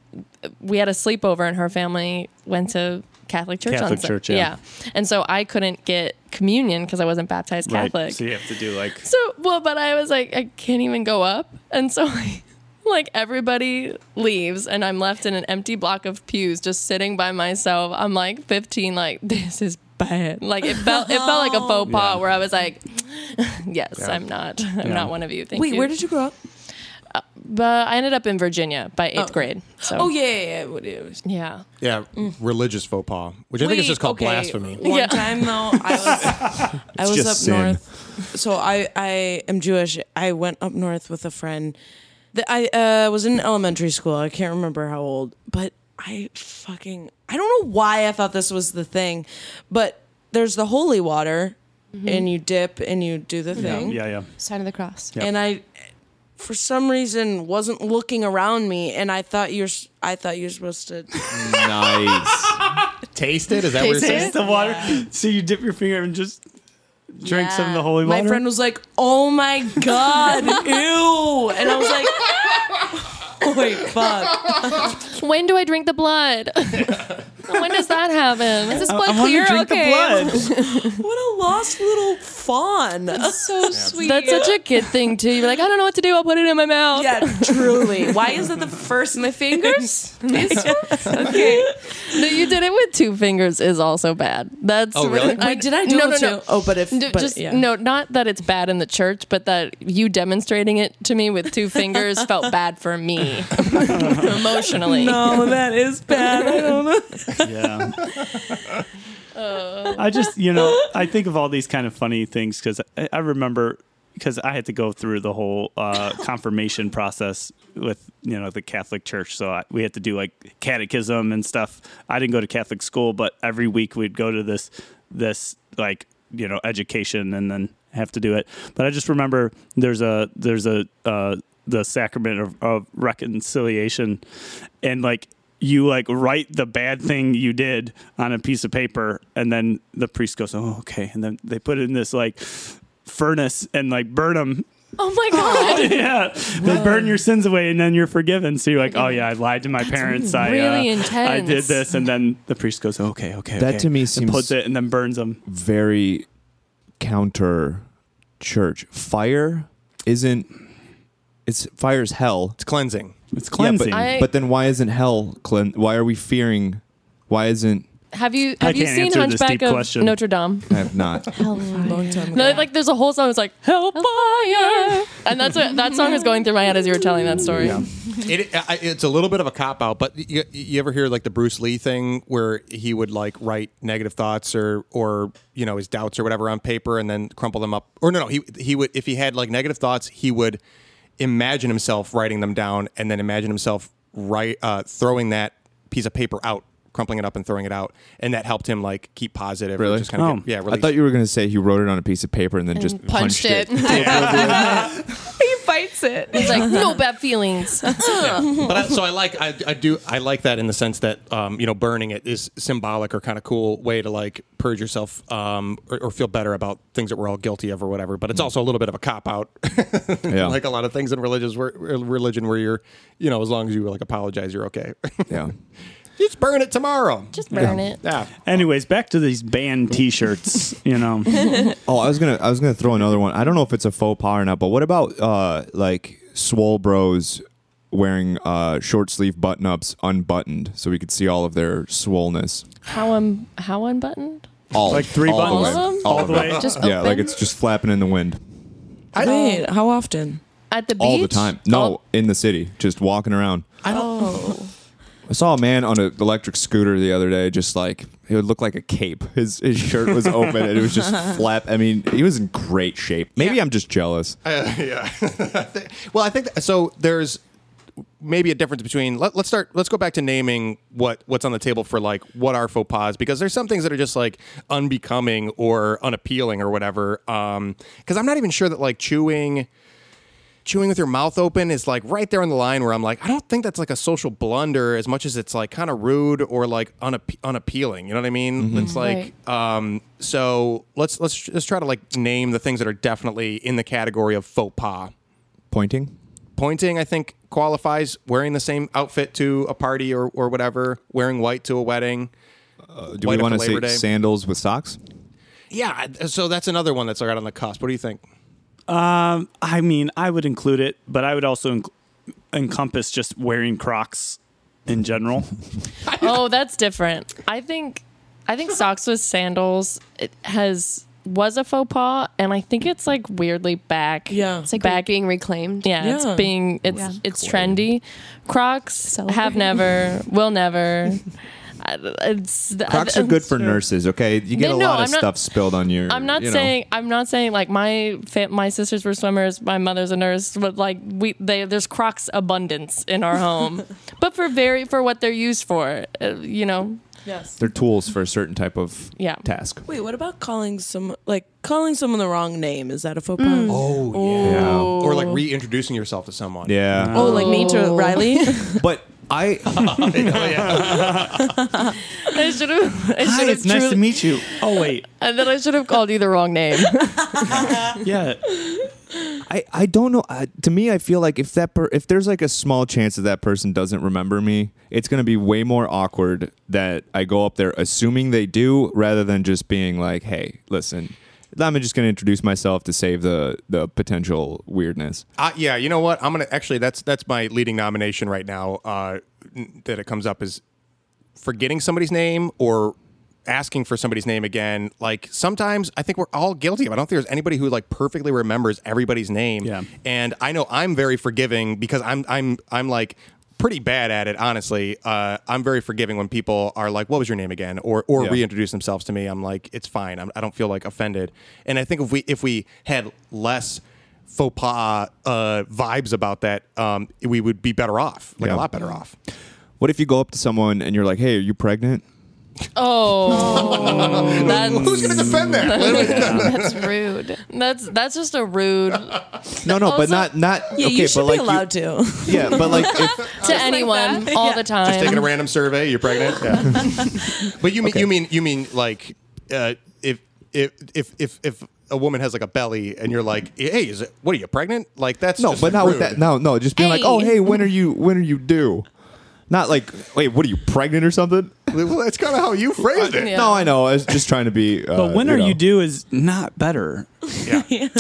C: we had a sleepover, and her family went to Catholic church. on
D: Catholic
C: Sun-
D: church, yeah.
C: and so I couldn't get communion because I wasn't baptized
D: Right.
C: Catholic.
D: So you have to do like
C: So well, but I was like, I can't even go up, and so I, like everybody leaves, and I'm left in an empty block of pews, just sitting by myself. I'm like 15, like this is bad. Like it felt, it felt like a faux pas
D: Yeah.
C: where I was like, yes,
A: Yeah.
C: I'm not, I'm
D: Yeah.
C: not one of you. Thank
E: Wait,
C: you.
E: where did you grow up?
C: But I ended up in Virginia by eighth grade. So
E: Oh yeah, yeah. yeah. What it was-
C: yeah.
A: Yeah, religious faux pas, which I think is
E: Wait,
A: just called
E: okay.
A: blasphemy.
E: One
C: Yeah.
E: time though, I was I was
B: just
E: up
B: sin.
E: north. So I I am Jewish. I went up north with a friend. The, I uh, was in elementary school. I can't remember how old, but I fucking I don't know why I thought this was the thing, but there's the holy water, and you dip and you do the
D: Mm-hmm. yeah,
E: thing.
D: yeah, yeah.
F: Sign of the cross.
D: Yeah.
E: And I for some reason wasn't looking around me, and I thought you're s- I thought you were supposed to.
B: nice.
A: Taste it? Is that what you're
F: Taste
A: saying?
F: it?
D: It's the water. So you dip your finger and just drink some of the holy water.
E: My friend was like, "Oh my god, ew!" And I was like, "Holy fuck!"
C: When do I drink the blood? when does that happen?
F: Is this
D: I
F: blood
D: want
F: clear?
D: to drink
F: okay.
D: the blood.
E: What a lost little fawn.
F: So sweet.
C: That's such a kid thing too. You're like, I don't know what to do. I'll put it in my mouth.
E: Yeah, truly. Why is
F: that the first? My fingers. These ones? Okay.
C: That you did it with two fingers is also bad. That's
A: Oh, really?
C: I-
E: Wait, did I do
C: no,
E: it
C: no,
E: too?
C: no.
E: Oh, but if
C: No,
E: but,
C: just
E: yeah.
C: no, not that it's bad in the church, but that you demonstrating it to me with two fingers felt bad for me emotionally.
E: no, that is bad. I don't know.
D: Yeah. I just, you know, I think of all these kind of funny things because I, I remember because I had to go through the whole uh, confirmation process with, you know, the Catholic Church. So I, we had to do like catechism and stuff. I didn't go to Catholic school, but every week we'd go to this, this like, you know, education and then have to do it. But I just remember there's a, there's a, uh, the sacrament of, of reconciliation and like you like write the bad thing you did on a piece of paper and then the priest goes oh okay and then they put it in this like furnace and like burn them
C: Oh my god.
D: yeah they burn your sins away and then you're forgiven so you're like oh yeah i lied to my parents i
C: really
D: uh,
C: intense.
D: i did this and then the priest goes okay okay
B: That
D: okay,"
B: to me
D: and
B: seems-
D: puts it and then burns them
B: Very counter church. Fire isn't. It's fire is hell.
A: It's cleansing.
D: it's cleansing
C: I-
B: but then why isn't hell clean? Why are we fearing? Why isn't?
C: Have you have you
D: can't
C: seen
D: answer this
C: Hunchback
D: deep
C: of
D: question.
C: Notre Dame?
B: I have not.
E: Long time
C: No, like there's a whole song. It's like Hellfire, and that's what that song is going through my head as you were telling that story.
D: Yeah.
A: It, I- I- it's a little bit of a cop out, but you, you ever hear like the Bruce Lee thing where he would like write negative thoughts or or you know his doubts or whatever on paper and then crumple them up? Or no, no, he he would if he had like negative thoughts, he would imagine himself writing them down and then imagine himself right uh, throwing that piece of paper out, crumpling it up and throwing it out, and that helped him like keep positive. or
B: Really?
A: Just kind of
D: Oh.
A: yeah. Release.
B: I thought you were going to say he wrote it on a piece of paper and then just
C: punched
B: punched,
C: it.
F: he bites it.
C: It's like no bad feelings.
A: but I, so I like I, I do I like that in the sense that um, you know burning it is symbolic or kind of cool way to like purge yourself um, or, or feel better about things that we're all guilty of or whatever. But it's also a little bit of a cop out,
B: Yeah.
A: like a lot of things in religious where, er, religion where you're you know as long as you like apologize you're okay.
B: yeah.
A: Just burn it tomorrow.
C: Just burn it.
A: yeah.
D: anyways back to these band t-shirts you know
B: Oh, I was gonna I was gonna throw another one. I don't know if it's a faux pas or not, but what about uh like swole bros wearing uh short sleeve button ups unbuttoned so we could see all of their swollenness.
C: How um how unbuttoned?
B: All
D: Like three
B: all
D: buttons?
B: the way.
C: All of them?
B: All
D: All
B: of
D: the
B: it.
D: way?
C: Just
B: Yeah, like
C: open?
B: it's just flapping in the wind
E: Wait, how often?
C: At the beach
B: all the time. No,
C: All-
B: in the city, just walking around.
A: I don't.
B: I saw a man on an electric scooter the other day, just like it would look like a cape. His his shirt was open and it was just flap. I mean, he was in great shape. Maybe I'm just jealous.
A: Well, I think th- so. There's maybe a difference between let, us start let's go back to naming what what's on the table for like what are faux pas because there's some things that are just like unbecoming or unappealing or whatever um because i'm not even sure that like chewing chewing with your mouth open is like right there on the line where i'm like i don't think that's like a social blunder as much as it's like kind of rude or like unappe- unappealing you know what i mean it's like um so let's let's let's try to like name the things that are definitely in the category of faux pas
B: Pointing.
A: pointing i think qualifies wearing the same outfit to a party or, or whatever wearing white to a wedding
B: Do
A: White
B: we
A: after
B: want to
A: Labor
B: say
A: Day.
B: sandals with socks?
A: yeah I- so that's another one that's right on the cusp what do you think
D: Um, I mean, I would include it, but I would also enc- encompass just wearing Crocs in general.
C: Oh, that's different. I think I think socks with sandals it has was a faux pas and I think it's like weirdly back.
E: Yeah.
F: It's like
C: Back-
F: being reclaimed.
C: Yeah, it's
E: Yeah.
C: being it's
F: Yeah.
C: it's trendy. Crocs
F: Celebrate.
C: have never, will never. I- It's
B: Crocs are good for nurses, okay? You get
C: They-
B: a
C: no,
B: lot of
C: I'm not-
B: stuff spilled on your.
C: I'm not
B: you know.
C: saying I'm not saying like my fa- my sisters were swimmers, my mother's a nurse, but like we they there's Crocs abundance in our home, but for very for what they're used for, uh, you know.
E: Yes.
B: They're tools for a certain type of
C: Yeah.
B: task.
E: Wait, what about calling some like calling someone the wrong name? Is that a faux pas?
A: Oh yeah.
B: Yeah.
A: Or like reintroducing yourself to someone.
B: Yeah.
E: Oh, like me to
C: Oh.
E: Riley?
B: But I
C: I should have. I
D: Hi,
C: should have
D: it's nice to
C: truly-
D: meet you. Oh wait,
C: And then I should have called you the wrong name.
D: yeah.
B: I, I don't know. I, to me, I feel like if that per, if there's like a small chance that that person doesn't remember me, it's gonna be way more awkward that I go up there assuming they do, rather than just being like, "Hey, listen, I'm just gonna introduce myself to save the the potential weirdness."
A: Uh, yeah, you know what? I'm gonna actually. That's that's my leading nomination right now. Uh, n- that it comes up is forgetting somebody's name or asking for somebody's name again. Like sometimes I think we're all guilty of. it. I don't think there's anybody who like perfectly remembers everybody's name.
D: Yeah.
A: And I know I'm very forgiving because I'm I'm I'm like pretty bad at it honestly uh, i'm very forgiving when people are like what was your name again or or
B: Yeah.
A: reintroduce themselves to me i'm like it's fine I'm, i don't feel like offended and i think if we if we had less faux pas uh, vibes about that um, we would be better off like
B: Yeah.
A: a lot better off
B: What if you go up to someone and you're like, "Hey, are you pregnant?"
C: Oh,
A: who's going to defend that
F: That's rude.
C: that's that's just a rude to
B: No, no, but
C: Also-
B: not not
E: yeah,
B: okay,
E: you should
B: but like
E: be
B: you-
E: allowed to.
B: yeah, but like if,
C: anyone all the time.
A: just taking a random survey you're pregnant yeah. but you mean you mean you mean like uh, if if if if if a woman has like a belly and you're like hey is it what are you pregnant like that's
B: no,
A: just,
B: but
A: like,
B: not with
A: rude.
B: that. No, no, just being like, "Oh,
C: Hey.
B: hey, when are you when are you due?" Not like, "Wait, what are you pregnant or something?"
A: well that's kind of how you phrased it
C: Yeah.
B: No, I know. I was just trying to be. Uh,
D: But when are
B: know.
D: you due is not better.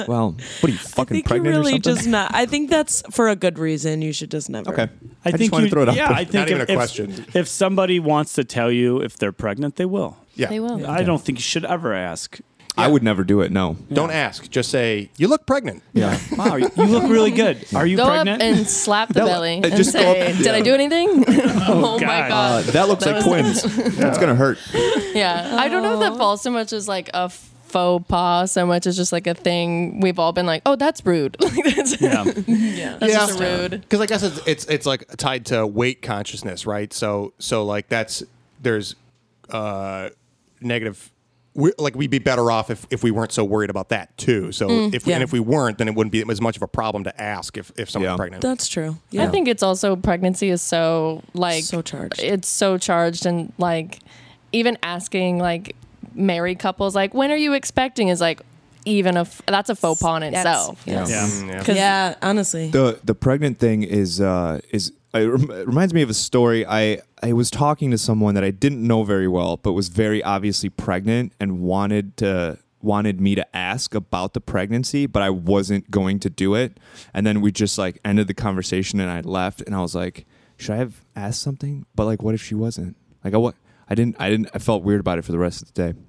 B: Well, what are you
E: I
B: fucking
E: think you
B: pregnant or
E: really
B: something?
E: just not. I think that's for a good reason. You should just never.
B: okay.
D: I,
B: just
D: think
B: wanted
D: you,
B: to throw it out
D: yeah,
B: there.
D: I think
A: Not
D: if,
A: even a
D: if-
A: question.
D: if somebody wants to tell you if they're pregnant, they will.
A: yeah
C: They will.
D: I don't think you should ever ask.
B: I would never do it. No.
A: don't ask just say you look pregnant
B: Yeah.
D: Wow, you look really good. Are you
C: Go
D: pregnant?
C: up and slap the
B: No,
C: belly
B: uh,
C: and
B: just go
C: say,
B: up-
C: "Did I do anything?" oh, my
D: God.
B: Uh,
C: god,
B: that looks like
C: was-
B: twins. That's gonna hurt.
C: Yeah, I don't know if
F: Oh.
C: that falls so much as like a faux pas, so much as just like a thing we've all been like, "Oh, that's rude." Like that's,
D: yeah.
C: that's
A: Yeah.
C: just rude.
A: because I guess it's, it's it's like tied to weight consciousness, right? So so like that's there's uh negative. we like we'd be better off if, if we weren't so worried about that too. So if we,
E: Mm, yeah.
A: and if we weren't, then it wouldn't be as much of a problem to ask if if someone's
B: Yeah.
A: pregnant.
E: That's true. Yeah.
C: I think it's also pregnancy is so like
E: So charged.
C: It's so charged and like even asking like married couples like when are you expecting is like even a f- that's a faux pas in
F: Yes.
C: itself.
F: Yes.
D: Yeah.
E: Mm,
C: Cause
E: yeah, honestly.
B: The the pregnant thing is uh, is it rem- it reminds me of a story. I I was talking to someone that I didn't know very well, but was very obviously pregnant and wanted to wanted me to ask about the pregnancy, but I wasn't going to do it. And then we just like ended the conversation, and I left, and I was like, should I have asked something? But like, what if she wasn't? Like, I what? I didn't. I didn't. I felt weird about it for the rest of the day.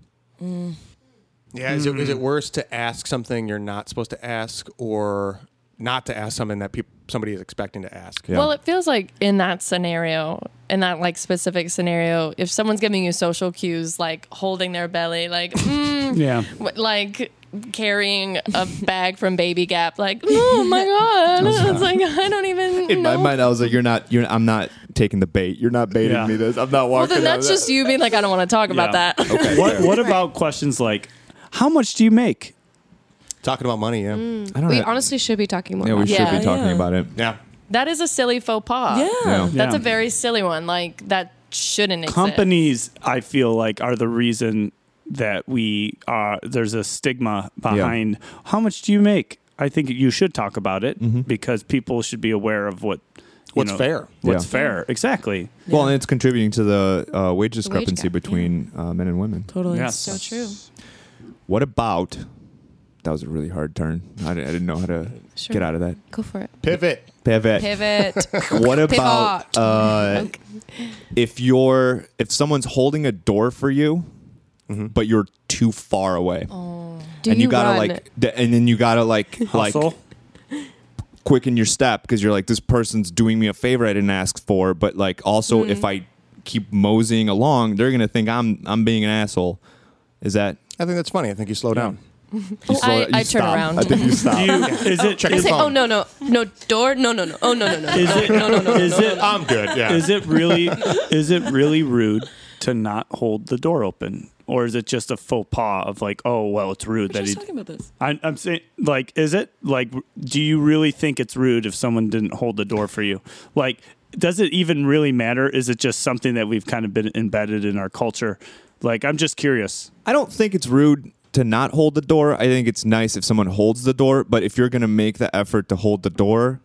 A: Yeah, is it is
E: Mm.
A: it worse to ask something you're not supposed to ask or not to ask something that peop somebody is expecting to ask?
B: Yeah.
C: Well, it feels like in that scenario, in that like specific scenario, if someone's giving you social cues like holding their belly, like mm,
D: Yeah.
C: w- like carrying a bag from Baby Gap, like oh my god, it's like I don't even
B: In
C: know.
B: my mind, I was like, "You're not. You're. I'm not taking the bait. You're not baiting
D: Yeah.
B: me. This. I'm not
C: well,
B: walking."
C: then
B: out
C: that's
B: of that.
C: just you being like I don't want to talk about
D: Yeah.
C: that.
D: What What about questions like, how much do you make?
A: Talking about money, yeah,
E: Mm.
B: I don't
F: We
B: know.
F: honestly should be talking more.
B: yeah, we
F: about
B: should
F: that.
C: Yeah,
B: be talking
E: yeah.
B: about it.
A: yeah.
C: that is a silly faux pas.
E: yeah.
B: Yeah.
C: that's
D: Yeah.
C: a very silly one. Like that shouldn't exist.
D: Companies, I feel like, are the reason that we are. There's a stigma behind how much do you make. I think you should talk about it because people should be aware of what you
A: Mm-hmm. What's
D: know,
A: fair?
D: What's
B: Yeah.
D: fair? Exactly.
B: Well, and it's contributing to the uh, wage discrepancy
F: gap, yeah.
B: between uh, men and women.
E: Totally.
D: Yes.
F: So true.
B: What about? That was a really hard turn. I, di- I didn't know how to
F: Sure.
B: get out of that
F: Go for it.
A: Pivot.
B: pivot.
F: Pivot.
B: What about
F: Pivot.
B: uh, if you're if someone's holding a door for you,
D: Mm-hmm.
B: but you're too far away,
F: Do
B: and you, gotta
F: run?
B: like, d- and then you gotta like like
D: Hustle.
B: quicken your step because you're like this person's doing me a favor I didn't ask for, but like also if I keep moseying along, they're gonna think I'm I'm being an asshole. Is that
A: I think that's funny. I think you slow down.
B: you slow-
C: I-
B: you
C: I turn
B: stop.
C: around.
B: I think you
D: Do
B: stop.
D: you, is it
A: Check
F: I
A: your
D: is,
F: say,
A: phone.
F: oh no no no door no no no oh no no no
D: is it
F: no no no
D: is it
A: I'm good. Yeah.
D: is it really is it really rude to not hold the door open, or is it just a faux pas of like, oh well, it's rude
E: We're
D: that he?
E: just talking about this.
D: I, I'm saying, like, is it like, do you really think it's rude if someone didn't hold the door for you? Like, does it even really matter? Is it just something that we've kind of been embedded in our culture? Like, I'm just curious.
B: I don't think it's rude to not hold the door. I think it's nice if someone holds the door, but if you're going to make the effort to hold the door,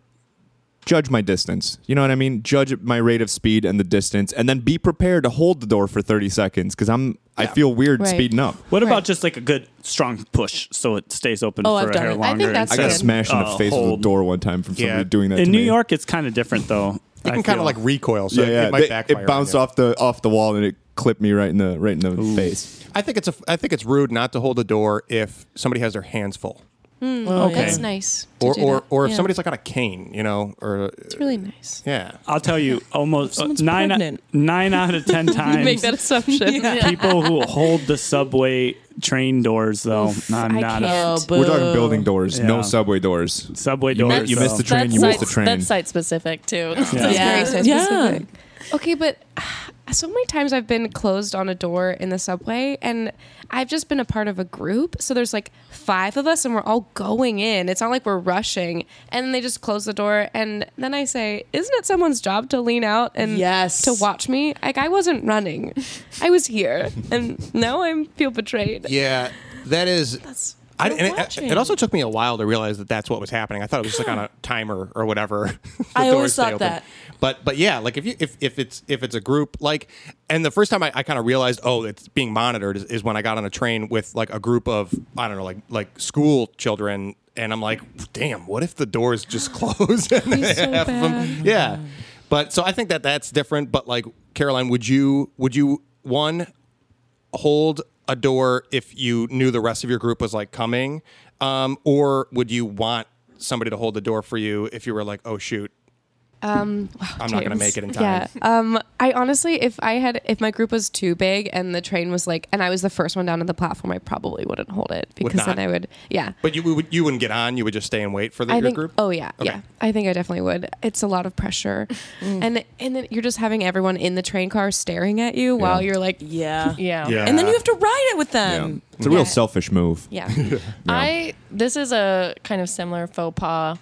B: judge my distance. You know what I mean? Judge my rate of speed and the distance and then be prepared to hold the door for 30 seconds cuz I'm I feel weird
F: Right.
B: speeding up.
D: What
F: Right.
D: about just like a good strong push so it stays open
E: Oh,
D: for
E: I've
D: a
E: done
D: hair
E: it. I think
D: longer?
F: that's
B: I got
F: Good.
B: smashed in the
D: Uh,
B: face with a
D: hold.
B: door one time from somebody
A: Yeah.
B: doing that to
D: in New
B: me.
D: York, it's kind of different though.
A: It can kind of like recoil, so
B: yeah, yeah.
A: it might
B: They-
A: backfire. on
B: bounced
A: you.
B: off the off the wall and it clipped me right in the right in the face.
A: I think it's a, I think it's rude not to hold the door if somebody has their hands full,
C: Oh,
E: Oh,
D: okay.
F: That's nice. to
A: or
F: do
A: or,
F: that.
A: or if
F: Yeah.
A: somebody's like on a cane, you know, or
F: It's really nice.
A: yeah.
D: I'll tell you, almost uh,
E: Someone's
D: nine
E: pregnant.
D: nine out of ten times.
F: Make that assumption.
D: people who hold the subway train doors though i'm
F: I
D: not a
F: can't.
E: Oh,
F: We're
E: boo.
B: We're talking building doors, no
D: Yeah.
B: subway doors.
D: subway
B: You mi-
D: doors
B: you missed
D: though.
B: the train,
C: that's
B: you missed
C: site-
B: the train.
C: That's site specific too.
D: Yeah.
C: That's very
E: Yeah.
C: site
E: Yeah.
C: specific.
F: Okay, but so many times I've been closed on a door in the subway, and I've just been a part of a group. So there's like five of us, and we're all going in. It's not like we're rushing. And then they just close the door, and then I say, "Isn't it someone's job to lean out and
E: Yes.
F: to watch me? Like I wasn't running, I was here, and now I feel betrayed."
A: Yeah, that is. I,
E: they're
A: and it,
E: watching.
A: it also took me a while to realize that that's what was happening. I thought it was just like on a timer or whatever. The
E: I always
A: doors stay
E: thought
A: open.
E: that.
A: But but yeah, like if you if, if it's if it's a group like, and the first time I, I kind of realized oh it's being monitored is, is when I got on a train with like a group of I don't know like like school children and I'm like damn what if the doors just close and
F: so
A: half of 'em-
F: bad.
A: yeah. But so I think that that's different. But like Caroline, would you would you one hold a door if you knew the rest of your group was like coming, um, or would you want somebody to hold the door for you if you were like, oh shoot, um, I'm not gonna
F: oh, James.
A: make it in time.
F: Yeah. Um, I honestly, if I had, if my group was too big and the train was like, and I was the first one down to the platform, I probably wouldn't hold it because
A: not?
F: then I would, yeah.
A: But you would you wouldn't get on. You would just stay and wait for the,
F: I
A: your
F: think,
A: group.
F: oh yeah,
A: Okay.
F: yeah. I think I definitely would. It's a lot of pressure, and and then you're just having everyone in the train car staring at you while
B: Yeah.
F: you're like,
E: Yeah.
C: Yeah.
A: Yeah.
E: And then you have to ride it with
B: Yeah.
E: them.
B: It's a real
F: Yeah.
B: selfish move.
F: yeah,
C: I this is a kind of similar faux pas.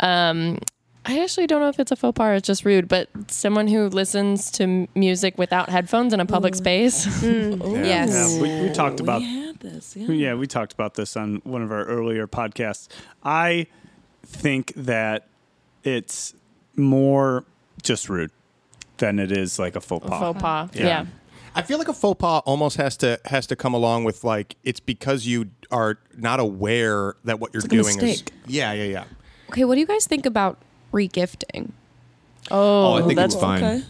C: Um, I actually don't know if it's a faux pas or it's just rude, but someone who listens to m- music without headphones in a public space.
F: yes.
D: yeah, we, we talked about
E: We had this. Yeah.
D: Uh, yeah we talked about this on one of our earlier podcasts i think that it's more just rude than it is like a faux pas
C: faux pas.
D: Yeah.
C: Yeah.
A: I feel like a faux pas almost has to has to come along with like it's because you are not aware that what you're
E: like a
A: doing is.
E: mistake.
A: Yeah, yeah, yeah.
F: Okay, what do you guys think about regifting?
B: Oh,
C: Oh,
B: I think
C: that's
B: it's fine.
E: okay.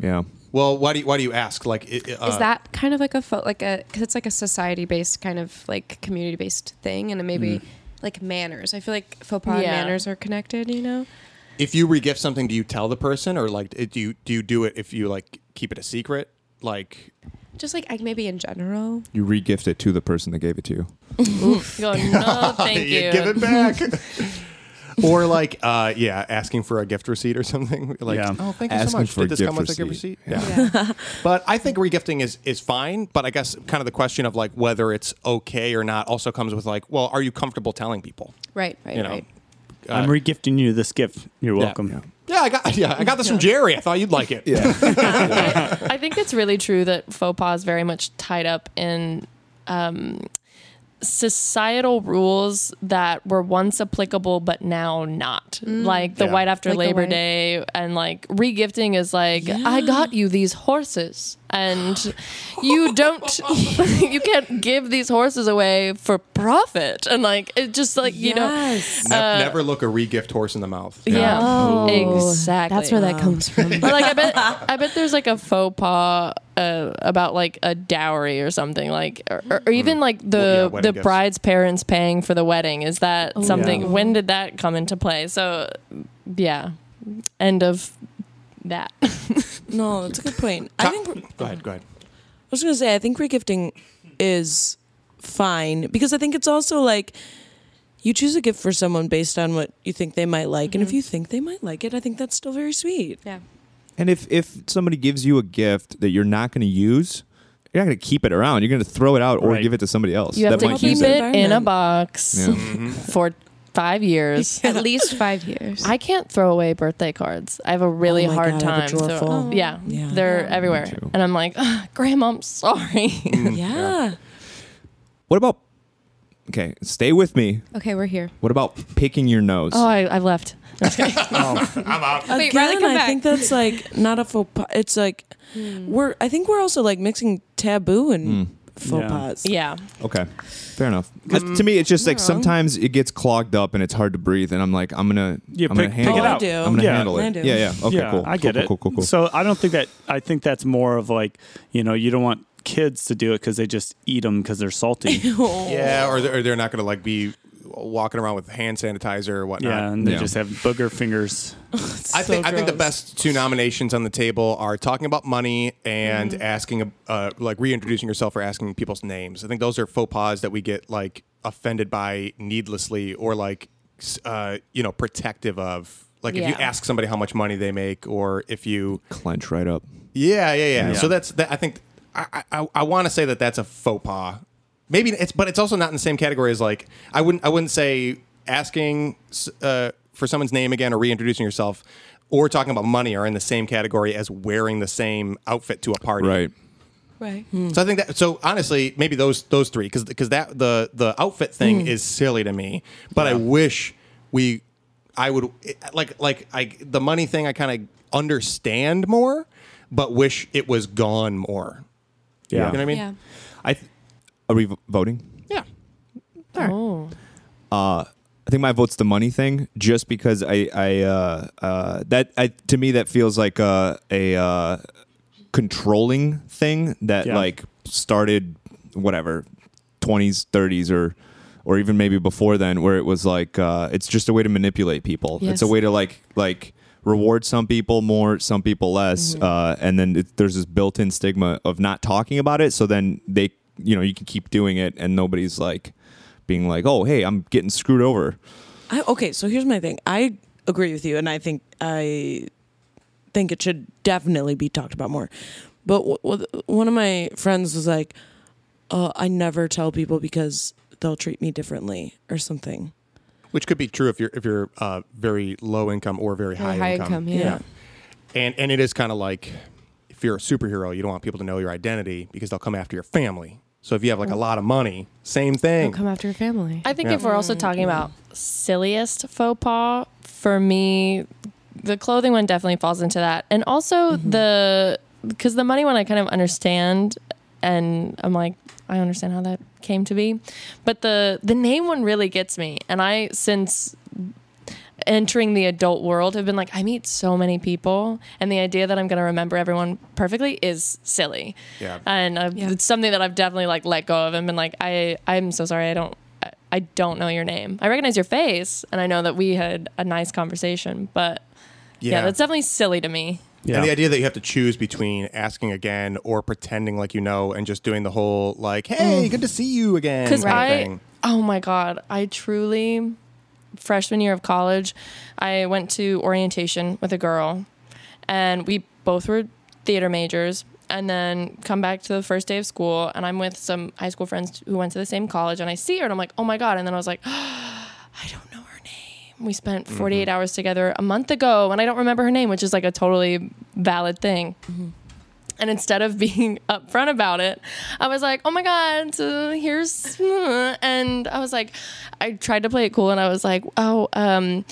B: Yeah.
A: Well, why do you, why do you ask? Like, it, it, uh,
F: Is that kind of like a fo- like a because it's like a society based kind of like community based thing, and it maybe
A: Mm.
F: like manners. I feel like faux pas and
C: Yeah.
F: manners are connected. You know,
A: if you regift something, do you tell the person, or like do you do you do it if you like keep it a secret? Like,
F: just like I, maybe in general.
B: You regift it to the person that gave it to you.
C: You go, no, thank
A: you
C: you.
A: give it back, or like, uh, yeah, asking for a gift receipt or something. Like,
D: Yeah.
A: oh, thank you so
B: Asking
A: much.
B: for
A: Did
B: a
A: this
B: gift
A: come with a gift
B: receipt.
A: receipt? Yeah. but I think regifting is is fine. But I guess kind of the question of like whether it's okay or not also comes with like, well, are you comfortable telling people?
F: Right, right,
A: You know.
F: right.
D: i'm regifting you this gift you're
A: Yeah.
D: welcome
A: Yeah, I got yeah, I got this from Jerry. I thought you'd like it.
B: Yeah.
C: I think it's really true that faux pas is very much tied up in um, societal rules that were once applicable but now not. Like the
A: Yeah.
C: white after
F: Mm. Like the
C: Labor
F: white-
C: Day and like regifting is like, I got you these horses and you don't, you can't give these horses away for profit. And like, it just like, you know.
E: Yes.
A: Ne- never look a regift horse in the mouth.
C: Yeah,
E: Oh.
C: exactly.
F: That's where that comes from.
C: But like I bet I bet there's like a faux pas uh, about like a dowry or something like or, or-
E: Hmm.
C: or even like
A: Well, yeah,
C: the
A: wedding
C: the
A: gifts.
C: bride's parents paying for the wedding is that
E: Oh,
C: something
D: Yeah.
C: when did that come into play so yeah end of that
E: No, it's a good point. I
A: Ta-
E: think we're-
A: Go ahead. Go ahead.
E: I was gonna say I think regifting is fine because I think it's also like you choose a gift for
F: Mm-hmm.
E: someone based on what you think they might like, and if you think they might like it, I think that's still very sweet.
F: yeah.
B: And if if somebody gives you a gift that you're not going to use, you're not going to keep it around. You're going to throw it out or
D: Right.
B: give it to somebody else
C: You have
B: that
C: to
B: might
C: keep
B: use
C: it
E: the
B: it.
C: in a
E: environment.
C: box
B: Yeah.
A: Mm-hmm.
C: for five years.
F: At least five years.
C: I can't throw away birthday cards. I have a really
E: Oh my
C: hard
E: God, I have a
C: time.
E: drawer
C: throw-
E: full. Oh.
C: yeah,
E: Yeah.
C: they're everywhere,
B: too.
C: and I'm like, "Ugh, Grandma, I'm sorry.
A: Mm-hmm. Mm,
E: Yeah.
B: What about? Okay, stay with me.
F: Okay, we're here.
B: What about picking your nose?
C: oh, I, I left.
F: Wait,
E: Again,
F: Riley, come
E: I
F: back.
E: think that's like not a faux pas. It's like we're. I think we're also like mixing taboo and faux
D: Yeah.
E: pas.
C: Yeah,
B: Okay, fair enough. That's- to me, it's just like
E: wrong.
B: sometimes it gets clogged up and it's hard to breathe, and I'm like, I'm gonna,
D: Yeah,
B: I'm
D: pick-
B: gonna
D: pick
B: handle
D: it out.
E: I do.
B: I'm gonna
D: Yeah.
B: handle it.
E: I do.
B: Yeah, yeah. Okay,
D: yeah,
B: cool.
D: I get
B: cool,
D: it.
B: Cool, cool, cool.
D: So I don't think that. I think that's more of like you know you don't want kids to do it because they just eat them because they're salty.
A: Yeah, or they're, or they're not going to like be walking around with hand sanitizer or whatnot.
D: yeah, and they
B: Yeah.
D: just have booger fingers.
A: I think
E: So
A: I think the
E: gross.
A: best two nominations on the table are talking about money and asking uh, like reintroducing yourself or asking people's names. I think those are faux pas that we get like offended by needlessly or like s- uh, you know protective of. Like if you
C: Yeah.
A: ask somebody how much money they make, or if you
B: Clench right up.
A: yeah, yeah, yeah.
D: Yeah.
A: So that's that. I think I I, I want to say that that's a faux pas. Maybe it's, but it's also not in the same category as like I wouldn't I wouldn't say asking s- uh, for someone's name again or reintroducing yourself or talking about money are in the same category as wearing the same outfit to a party.
B: Right.
F: Right.
A: So I think that so honestly maybe those those three because because that the the outfit thing is silly to me, but I wish we I would eh, like like I the money thing I kind of understand more, but wish it was gone more.
D: Yeah.
A: You know what I mean?
F: Yeah.
B: I th- are we v- voting?
A: Yeah.
C: Oh,
B: I think my vote's the money thing, just because I, I, uh, uh, that I, to me that feels like a, a uh, controlling thing that
D: Yeah.
B: like started whatever twenties, thirties, or or even maybe before then, where it was like uh, it's just a way to manipulate people. It's a
C: Yes.
B: way to like like reward some people more, some people less, uh, and then it, there's this built-in stigma of not talking about it. So then they, you know, you can keep doing it, and nobody's like being like, "Oh, hey, I'm getting screwed over."
E: I, okay, so here's my thing. I agree with you, and I think I think it should definitely be talked about more. But w- w- one of my friends was like, uh, "I never tell people because they'll treat me differently or something."
A: Which could be true if you're if you're uh, very low income or very high,
F: high income, yeah.
A: And and it is kind of like if you're a superhero, you don't want people to know your identity because they'll come after your family. So if you have like a lot of money, same thing.
F: Come after your family.
C: I think
A: Yeah.
C: if we're also talking about silliest faux pas, for me, the clothing one definitely falls into that, and also the because the money one I kind of understand, and I'm like I understand how that came to be, but the the name one really gets me, and I since entering the adult world have been like I meet so many people, and the idea that I'm going to remember everyone perfectly is silly
A: Yeah.
C: and I've,
F: Yeah.
C: it's something that I've definitely like let go of and been like, I I'm so sorry, I don't I, I don't know your name. I recognize your face, and I know that we had a nice conversation, but yeah, that's definitely silly to me.
D: Yeah.
A: And the idea that you have to choose between asking again or pretending like you know and just doing the whole like, hey, good to see you again.
C: Because
A: kind of
C: I,
A: thing.
C: oh my God, I truly, freshman year of college, I went to orientation with a girl, and we both were theater majors. And then come back to the first day of school, and I'm with some high school friends who went to the same college, and I see her, and I'm like, oh my God. And then I was like, I don't know her name. We spent 48 hours together a month ago, and I don't remember her name, which is like a totally valid thing. And instead of being upfront about it, I was like, "Oh my god, uh, here's," uh," and I was like, I tried to play it cool, and I was like, "Oh, um,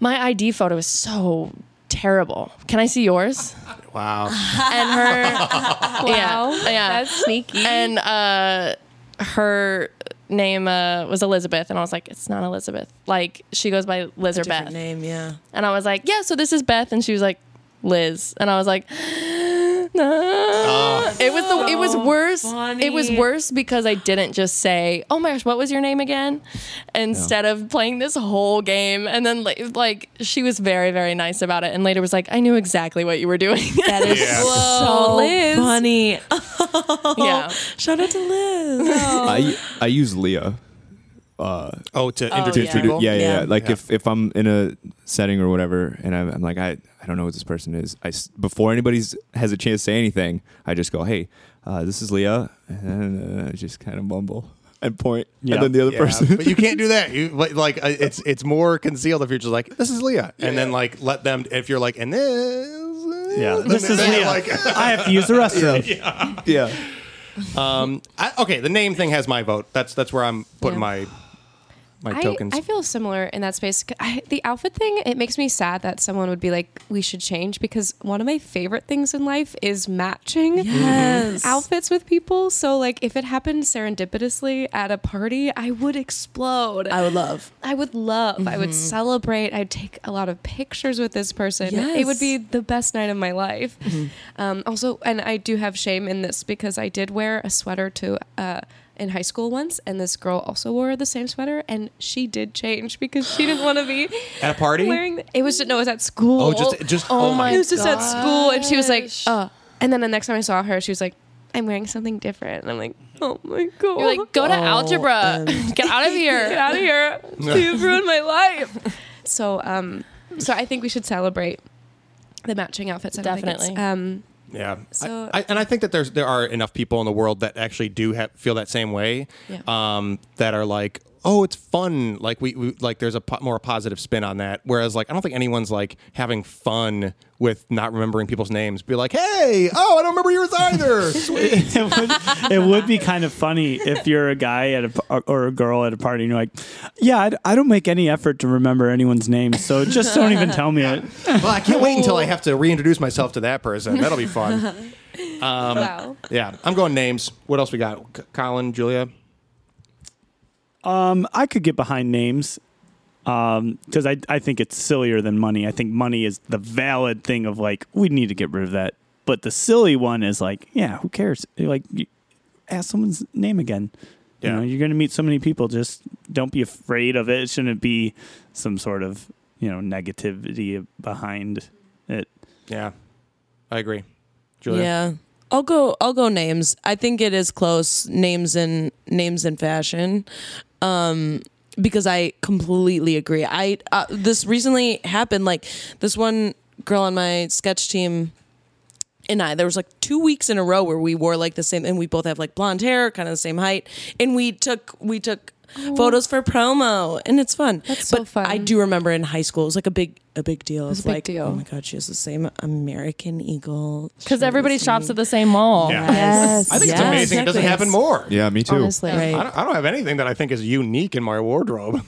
C: my ID photo is so terrible. Can I see yours?"
A: Wow.
C: And her,
F: wow.
C: yeah, yeah,
F: That's sneaky.
C: and uh, her name uh, was Elizabeth, and I was like, "It's not Elizabeth. Like she goes by Liz or
E: Different
C: Beth."
E: name, yeah.
C: And I was like, "Yeah, so this is Beth," and she was like, "Liz," and I was like, "No."
A: Oh.
C: It was the it was worse. It was
F: funny.
C: worse because I didn't just say, "Oh my gosh, what was your name again?" Instead of playing this whole game, and then like, like she was very very nice about it, and later was like, "I knew exactly what you were doing."
F: that is
A: Yeah.
F: so Liz.
E: funny.
C: yeah.
E: Shout out to Liz.
B: I I use Leah. uh,
A: Oh, to
C: Oh,
A: introduce
C: yeah.
F: Oh,
A: people.
B: yeah, yeah,
E: Yeah.
B: yeah. Like
A: Oh, Yeah.
B: if if I'm in a setting or whatever, and I'm, I'm like, I, I don't know what this person is. I s- before anybody's has a chance to say anything, I just go, hey, uh, this is Leah, and uh, I just kind of mumble and point,
D: Yeah.
B: and then the other
A: Yeah,
B: person.
A: but you can't do that. You but, like uh, it's it's more concealed if you're just like this is Leah, and then like let them if you're like and this.
D: Yeah.
A: then
D: This is
A: they're
D: Leah. I have to use the restroom.
B: yeah,
A: Um, I, okay, the name thing has my vote. That's that's where I'm putting
F: Yeah.
A: my my
F: I,
A: tokens.
F: I feel similar in that space. C- I, the outfit thing, it makes me sad that someone would be like, we should change because one of my favorite things in life is matching
E: Yes.
F: outfits with people. So, like, if it happened serendipitously at a party, I would explode.
E: I would love.
F: I would love, I
A: Mm-hmm.
F: would celebrate, I'd take a lot of pictures with this person. It would
E: Yes.
F: be the best night of my life.
A: Mm-hmm.
F: Um, also, and I do have shame in this because I did wear a sweater to uh, in high school once, and this girl also wore the same sweater, and she did change because she didn't want to be
A: At a party?
F: Wearing it was just no, it was at school.
A: Oh, just- just- oh my
F: it was just at
A: gosh.
F: school, and she was like, oh. And then the next time I saw her, she was like. I'm wearing something different. And I'm like, oh my God.
C: You're like, go to
E: Oh,
C: algebra. Get out of here.
F: Get out of here. You've ruined my life. So, um, so I think we should celebrate the matching outfits. I don't think it's-
C: Definitely.
F: Um,
A: Yeah.
F: So-
A: I, I, and I think that there's there are enough people in the world that actually do have, feel that same way.
F: Yeah.
A: Um, that are like, oh, it's fun. Like we, we like there's a po- more positive spin on that. Whereas like I don't think anyone's like having fun with not remembering people's names. Be like, hey, oh, I don't remember yours either. Sweet.
D: it, would, it would be kind of funny if you're a guy at a par- or a girl at a party and you're like, yeah, I, d- I don't make any effort to remember anyone's name, so just don't even tell me it.
A: well, I can't wait until I have to reintroduce myself to that person. That'll be fun.
D: Um,
F: wow.
A: Yeah, I'm going names. What else we got? C- Colin, Julia.
D: Um, I could get behind names because I I think it's sillier than money. I think money is the valid thing of like we need to get rid of that, but the silly one is like, yeah, who cares? Like, you ask someone's name again.
A: Yeah.
D: You know, you're going to meet so many people. Just don't be afraid of it. It shouldn't be some sort of you know negativity behind it.
A: Yeah, I agree. Julia.
E: Yeah. I'll go I'll go names. I think it is close names and names and fashion. Um because I completely agree. I uh, this recently happened like this one girl on my sketch team and I, there was like two weeks in a row where we wore like the same, and we both have like blonde hair, kind of the same height, and we took we took photos for promo, and it's fun.
F: That's so
E: but
F: fun.
E: I do remember in high school, it was like a big a big deal. It
F: was a big
E: like,
F: deal.
E: oh my god, she has the same American Eagle
C: Because
E: shirt
C: everybody
E: as
C: shops
E: me.
C: at the same mall.
A: Yeah.
E: Yes.
A: I think it's
E: Yeah,
A: amazing. It doesn't
E: exactly.
A: happen more.
B: yeah, me too.
F: Honestly.
E: Right.
A: I don't, I don't have anything that I think is unique in my wardrobe.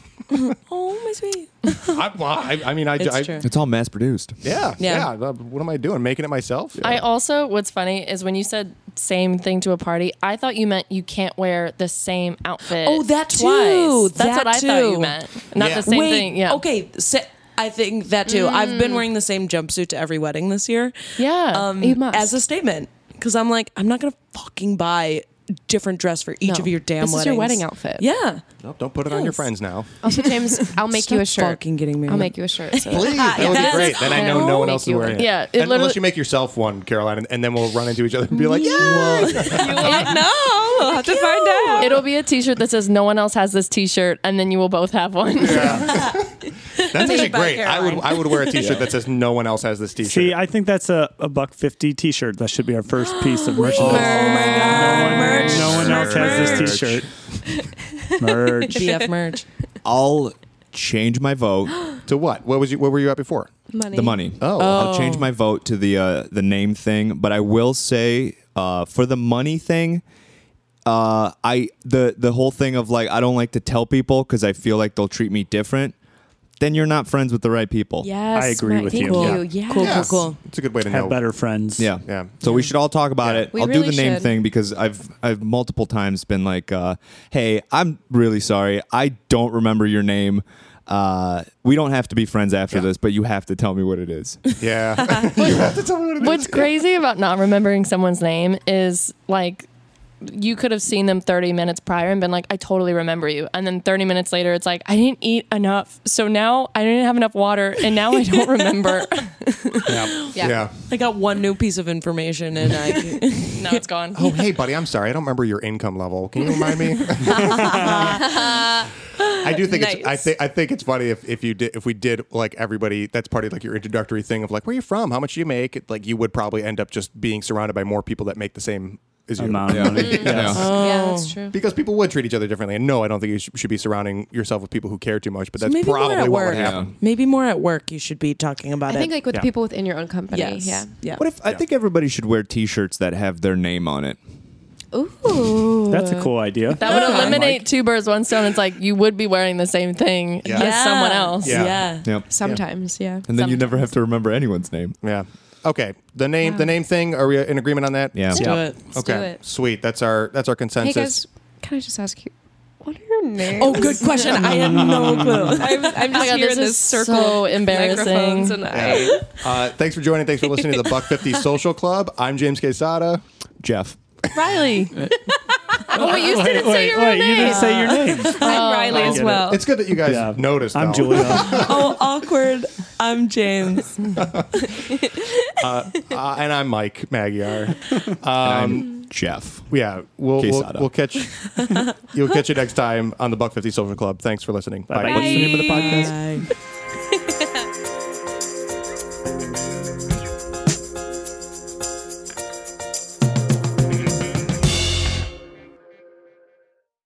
E: Oh my sweet.
A: I, well, I, I mean, I,
E: It's
A: I-
E: true.
B: It's all mass produced.
A: yeah, yeah,
E: Yeah.
A: uh, What am I doing? Making it myself?
C: I also, what's funny is when you said same thing to a party, I thought you meant you can't wear the same outfit.
E: Oh, that
C: twice.
E: too.
C: That's
E: That
C: what I thought you
E: too.
C: meant. Not
A: Yeah.
C: the same thing. Yeah.
E: Okay. So I think that too. I've been wearing the same jumpsuit to every wedding this year.
C: Yeah.
E: Um,
F: Mm. You must.
E: As a statement, because I'm like, I'm not gonna fucking buy a different dress for each
F: No.
E: of your damn
F: This is your
E: weddings.
F: wedding outfit.
E: Yeah.
A: Nope, don't put it on your
E: Yes.
A: friends now.
F: Also, James, I'll make you a
E: Stop
F: shirt.
E: fucking getting me.
F: I'll make you a shirt. So
A: Please, that would be
E: Yes.
A: great. Then I know no one else is
F: Make you
A: wearing it.
F: one.
C: Yeah, it
A: And
C: literally-
A: unless you make yourself one, Caroline, and, and then we'll run into each other and be like, yeah.
E: no. We'll have to find out.
C: It'll be a T-shirt that says "No one else has this T-shirt," and then you will both have one.
A: That's actually
E: back,
A: great. I would,
E: Caroline.
A: I would wear a T-shirt that says no one else has this T-shirt.
D: See, I think that's a, a buck fifty T-shirt. That should be our first piece of merchandise.
E: Oh my god. Merch.
D: No one else has this T-shirt. Merch.
E: BF merch.
B: I'll change my vote.
A: to what? What was you? What were you at before?
F: money.
B: The money.
A: Oh.
B: I'll change my vote to the uh, the name thing, but I will say uh, for the money thing, uh, I the the whole thing of like I don't like to tell people because I feel like they'll treat me different. Then you're not friends with the right people.
F: Yes.
D: I agree
F: right.
D: with
F: Thank
D: you.
E: Cool.
F: you. Yes.
E: Cool,
A: Yeah.
E: cool, cool.
A: It's a good way to know.
D: Have better friends.
B: Yeah.
A: Yeah.
B: So we should all talk about it.
F: We
B: I'll do
F: really
B: the name
F: should.
B: thing because I've I've multiple times been like, uh, "Hey, I'm really sorry. I don't remember your name. Uh, we don't have to be friends after
A: Yeah.
B: this, but you have to tell me what it is."
A: Yeah. you have to tell me what it is.
C: What's crazy about not remembering someone's name is like you could have seen them 30 minutes prior and been like, I totally remember you. And then 30 minutes later, it's like, I didn't eat enough. So now I didn't have enough water. And now I don't remember.
A: Yeah.
F: Yeah.
E: I got one new piece of information and I
C: now it's gone.
A: Oh, hey, buddy, I'm sorry. I don't remember your income level. Can you remind me? I do think it's I
C: Nice.
A: think I think it's funny if, if you did if we did like everybody that's part of like your introductory thing of like where are you from? How much do you make? Like you would probably end up just being surrounded by more people that make the same as you.
D: amount of money. Yes.
B: Yeah.
F: Yeah, that's true.
A: Because people would treat each other differently. And no, I don't think you sh- should be surrounding yourself with people who care too much, but that's
E: maybe more
A: probably
E: at
A: what would
E: work.
A: happen.
E: Maybe more at work you should be talking about
F: I
E: it.
F: think like with
D: Yeah.
F: people within your own company.
E: yes.
F: Yeah.
E: Yeah.
B: What if I think everybody should wear T-shirts that have their name on it?
F: Ooh.
D: That's a cool idea.
C: That would eliminate two birds, one stone. It's like you would be wearing the same thing
A: Yeah.
C: as someone else.
A: Yeah.
E: Yeah.
B: Yep.
F: Sometimes, yeah.
B: And then you never have to remember anyone's name.
A: Yeah. Okay. The name the name thing, are we in agreement on that?
B: Yeah.
E: Let's do it.
A: Okay.
F: do it.
A: Sweet. That's our that's our
F: Hey
A: consensus.
F: guys, can I just ask you, what are your names?
E: Oh, good question. I have no clue.
C: Oh
F: I'm, I'm just
C: my God,
F: here
C: this
F: in this
C: is
F: circle.
C: so
F: of
C: embarrassing.
F: microphones And I,
A: Yeah. Uh, thanks for joining. Thanks for listening to the Buck 50 Social Club. I'm James Quesada.
B: Jeff.
C: Riley.
F: oh, wait, you didn't say your real
D: wait, you
F: name.
D: didn't say your name.
C: Oh,
F: I'm Riley
D: I
F: as
D: get it.
F: well.
A: It's good that you guys
D: Yeah.
A: noticed.
D: I'm
A: though.
D: Julia.
E: oh, awkward. I'm James.
A: Uh, and I'm Mike Magyar.
B: I'm Jeff.
A: Yeah, we'll, we'll,
B: Quesada.
A: we'll catch you'll catch you next time on the Buck 50 Social Club. Thanks for listening.
D: What's the name of the podcast?
E: Bye.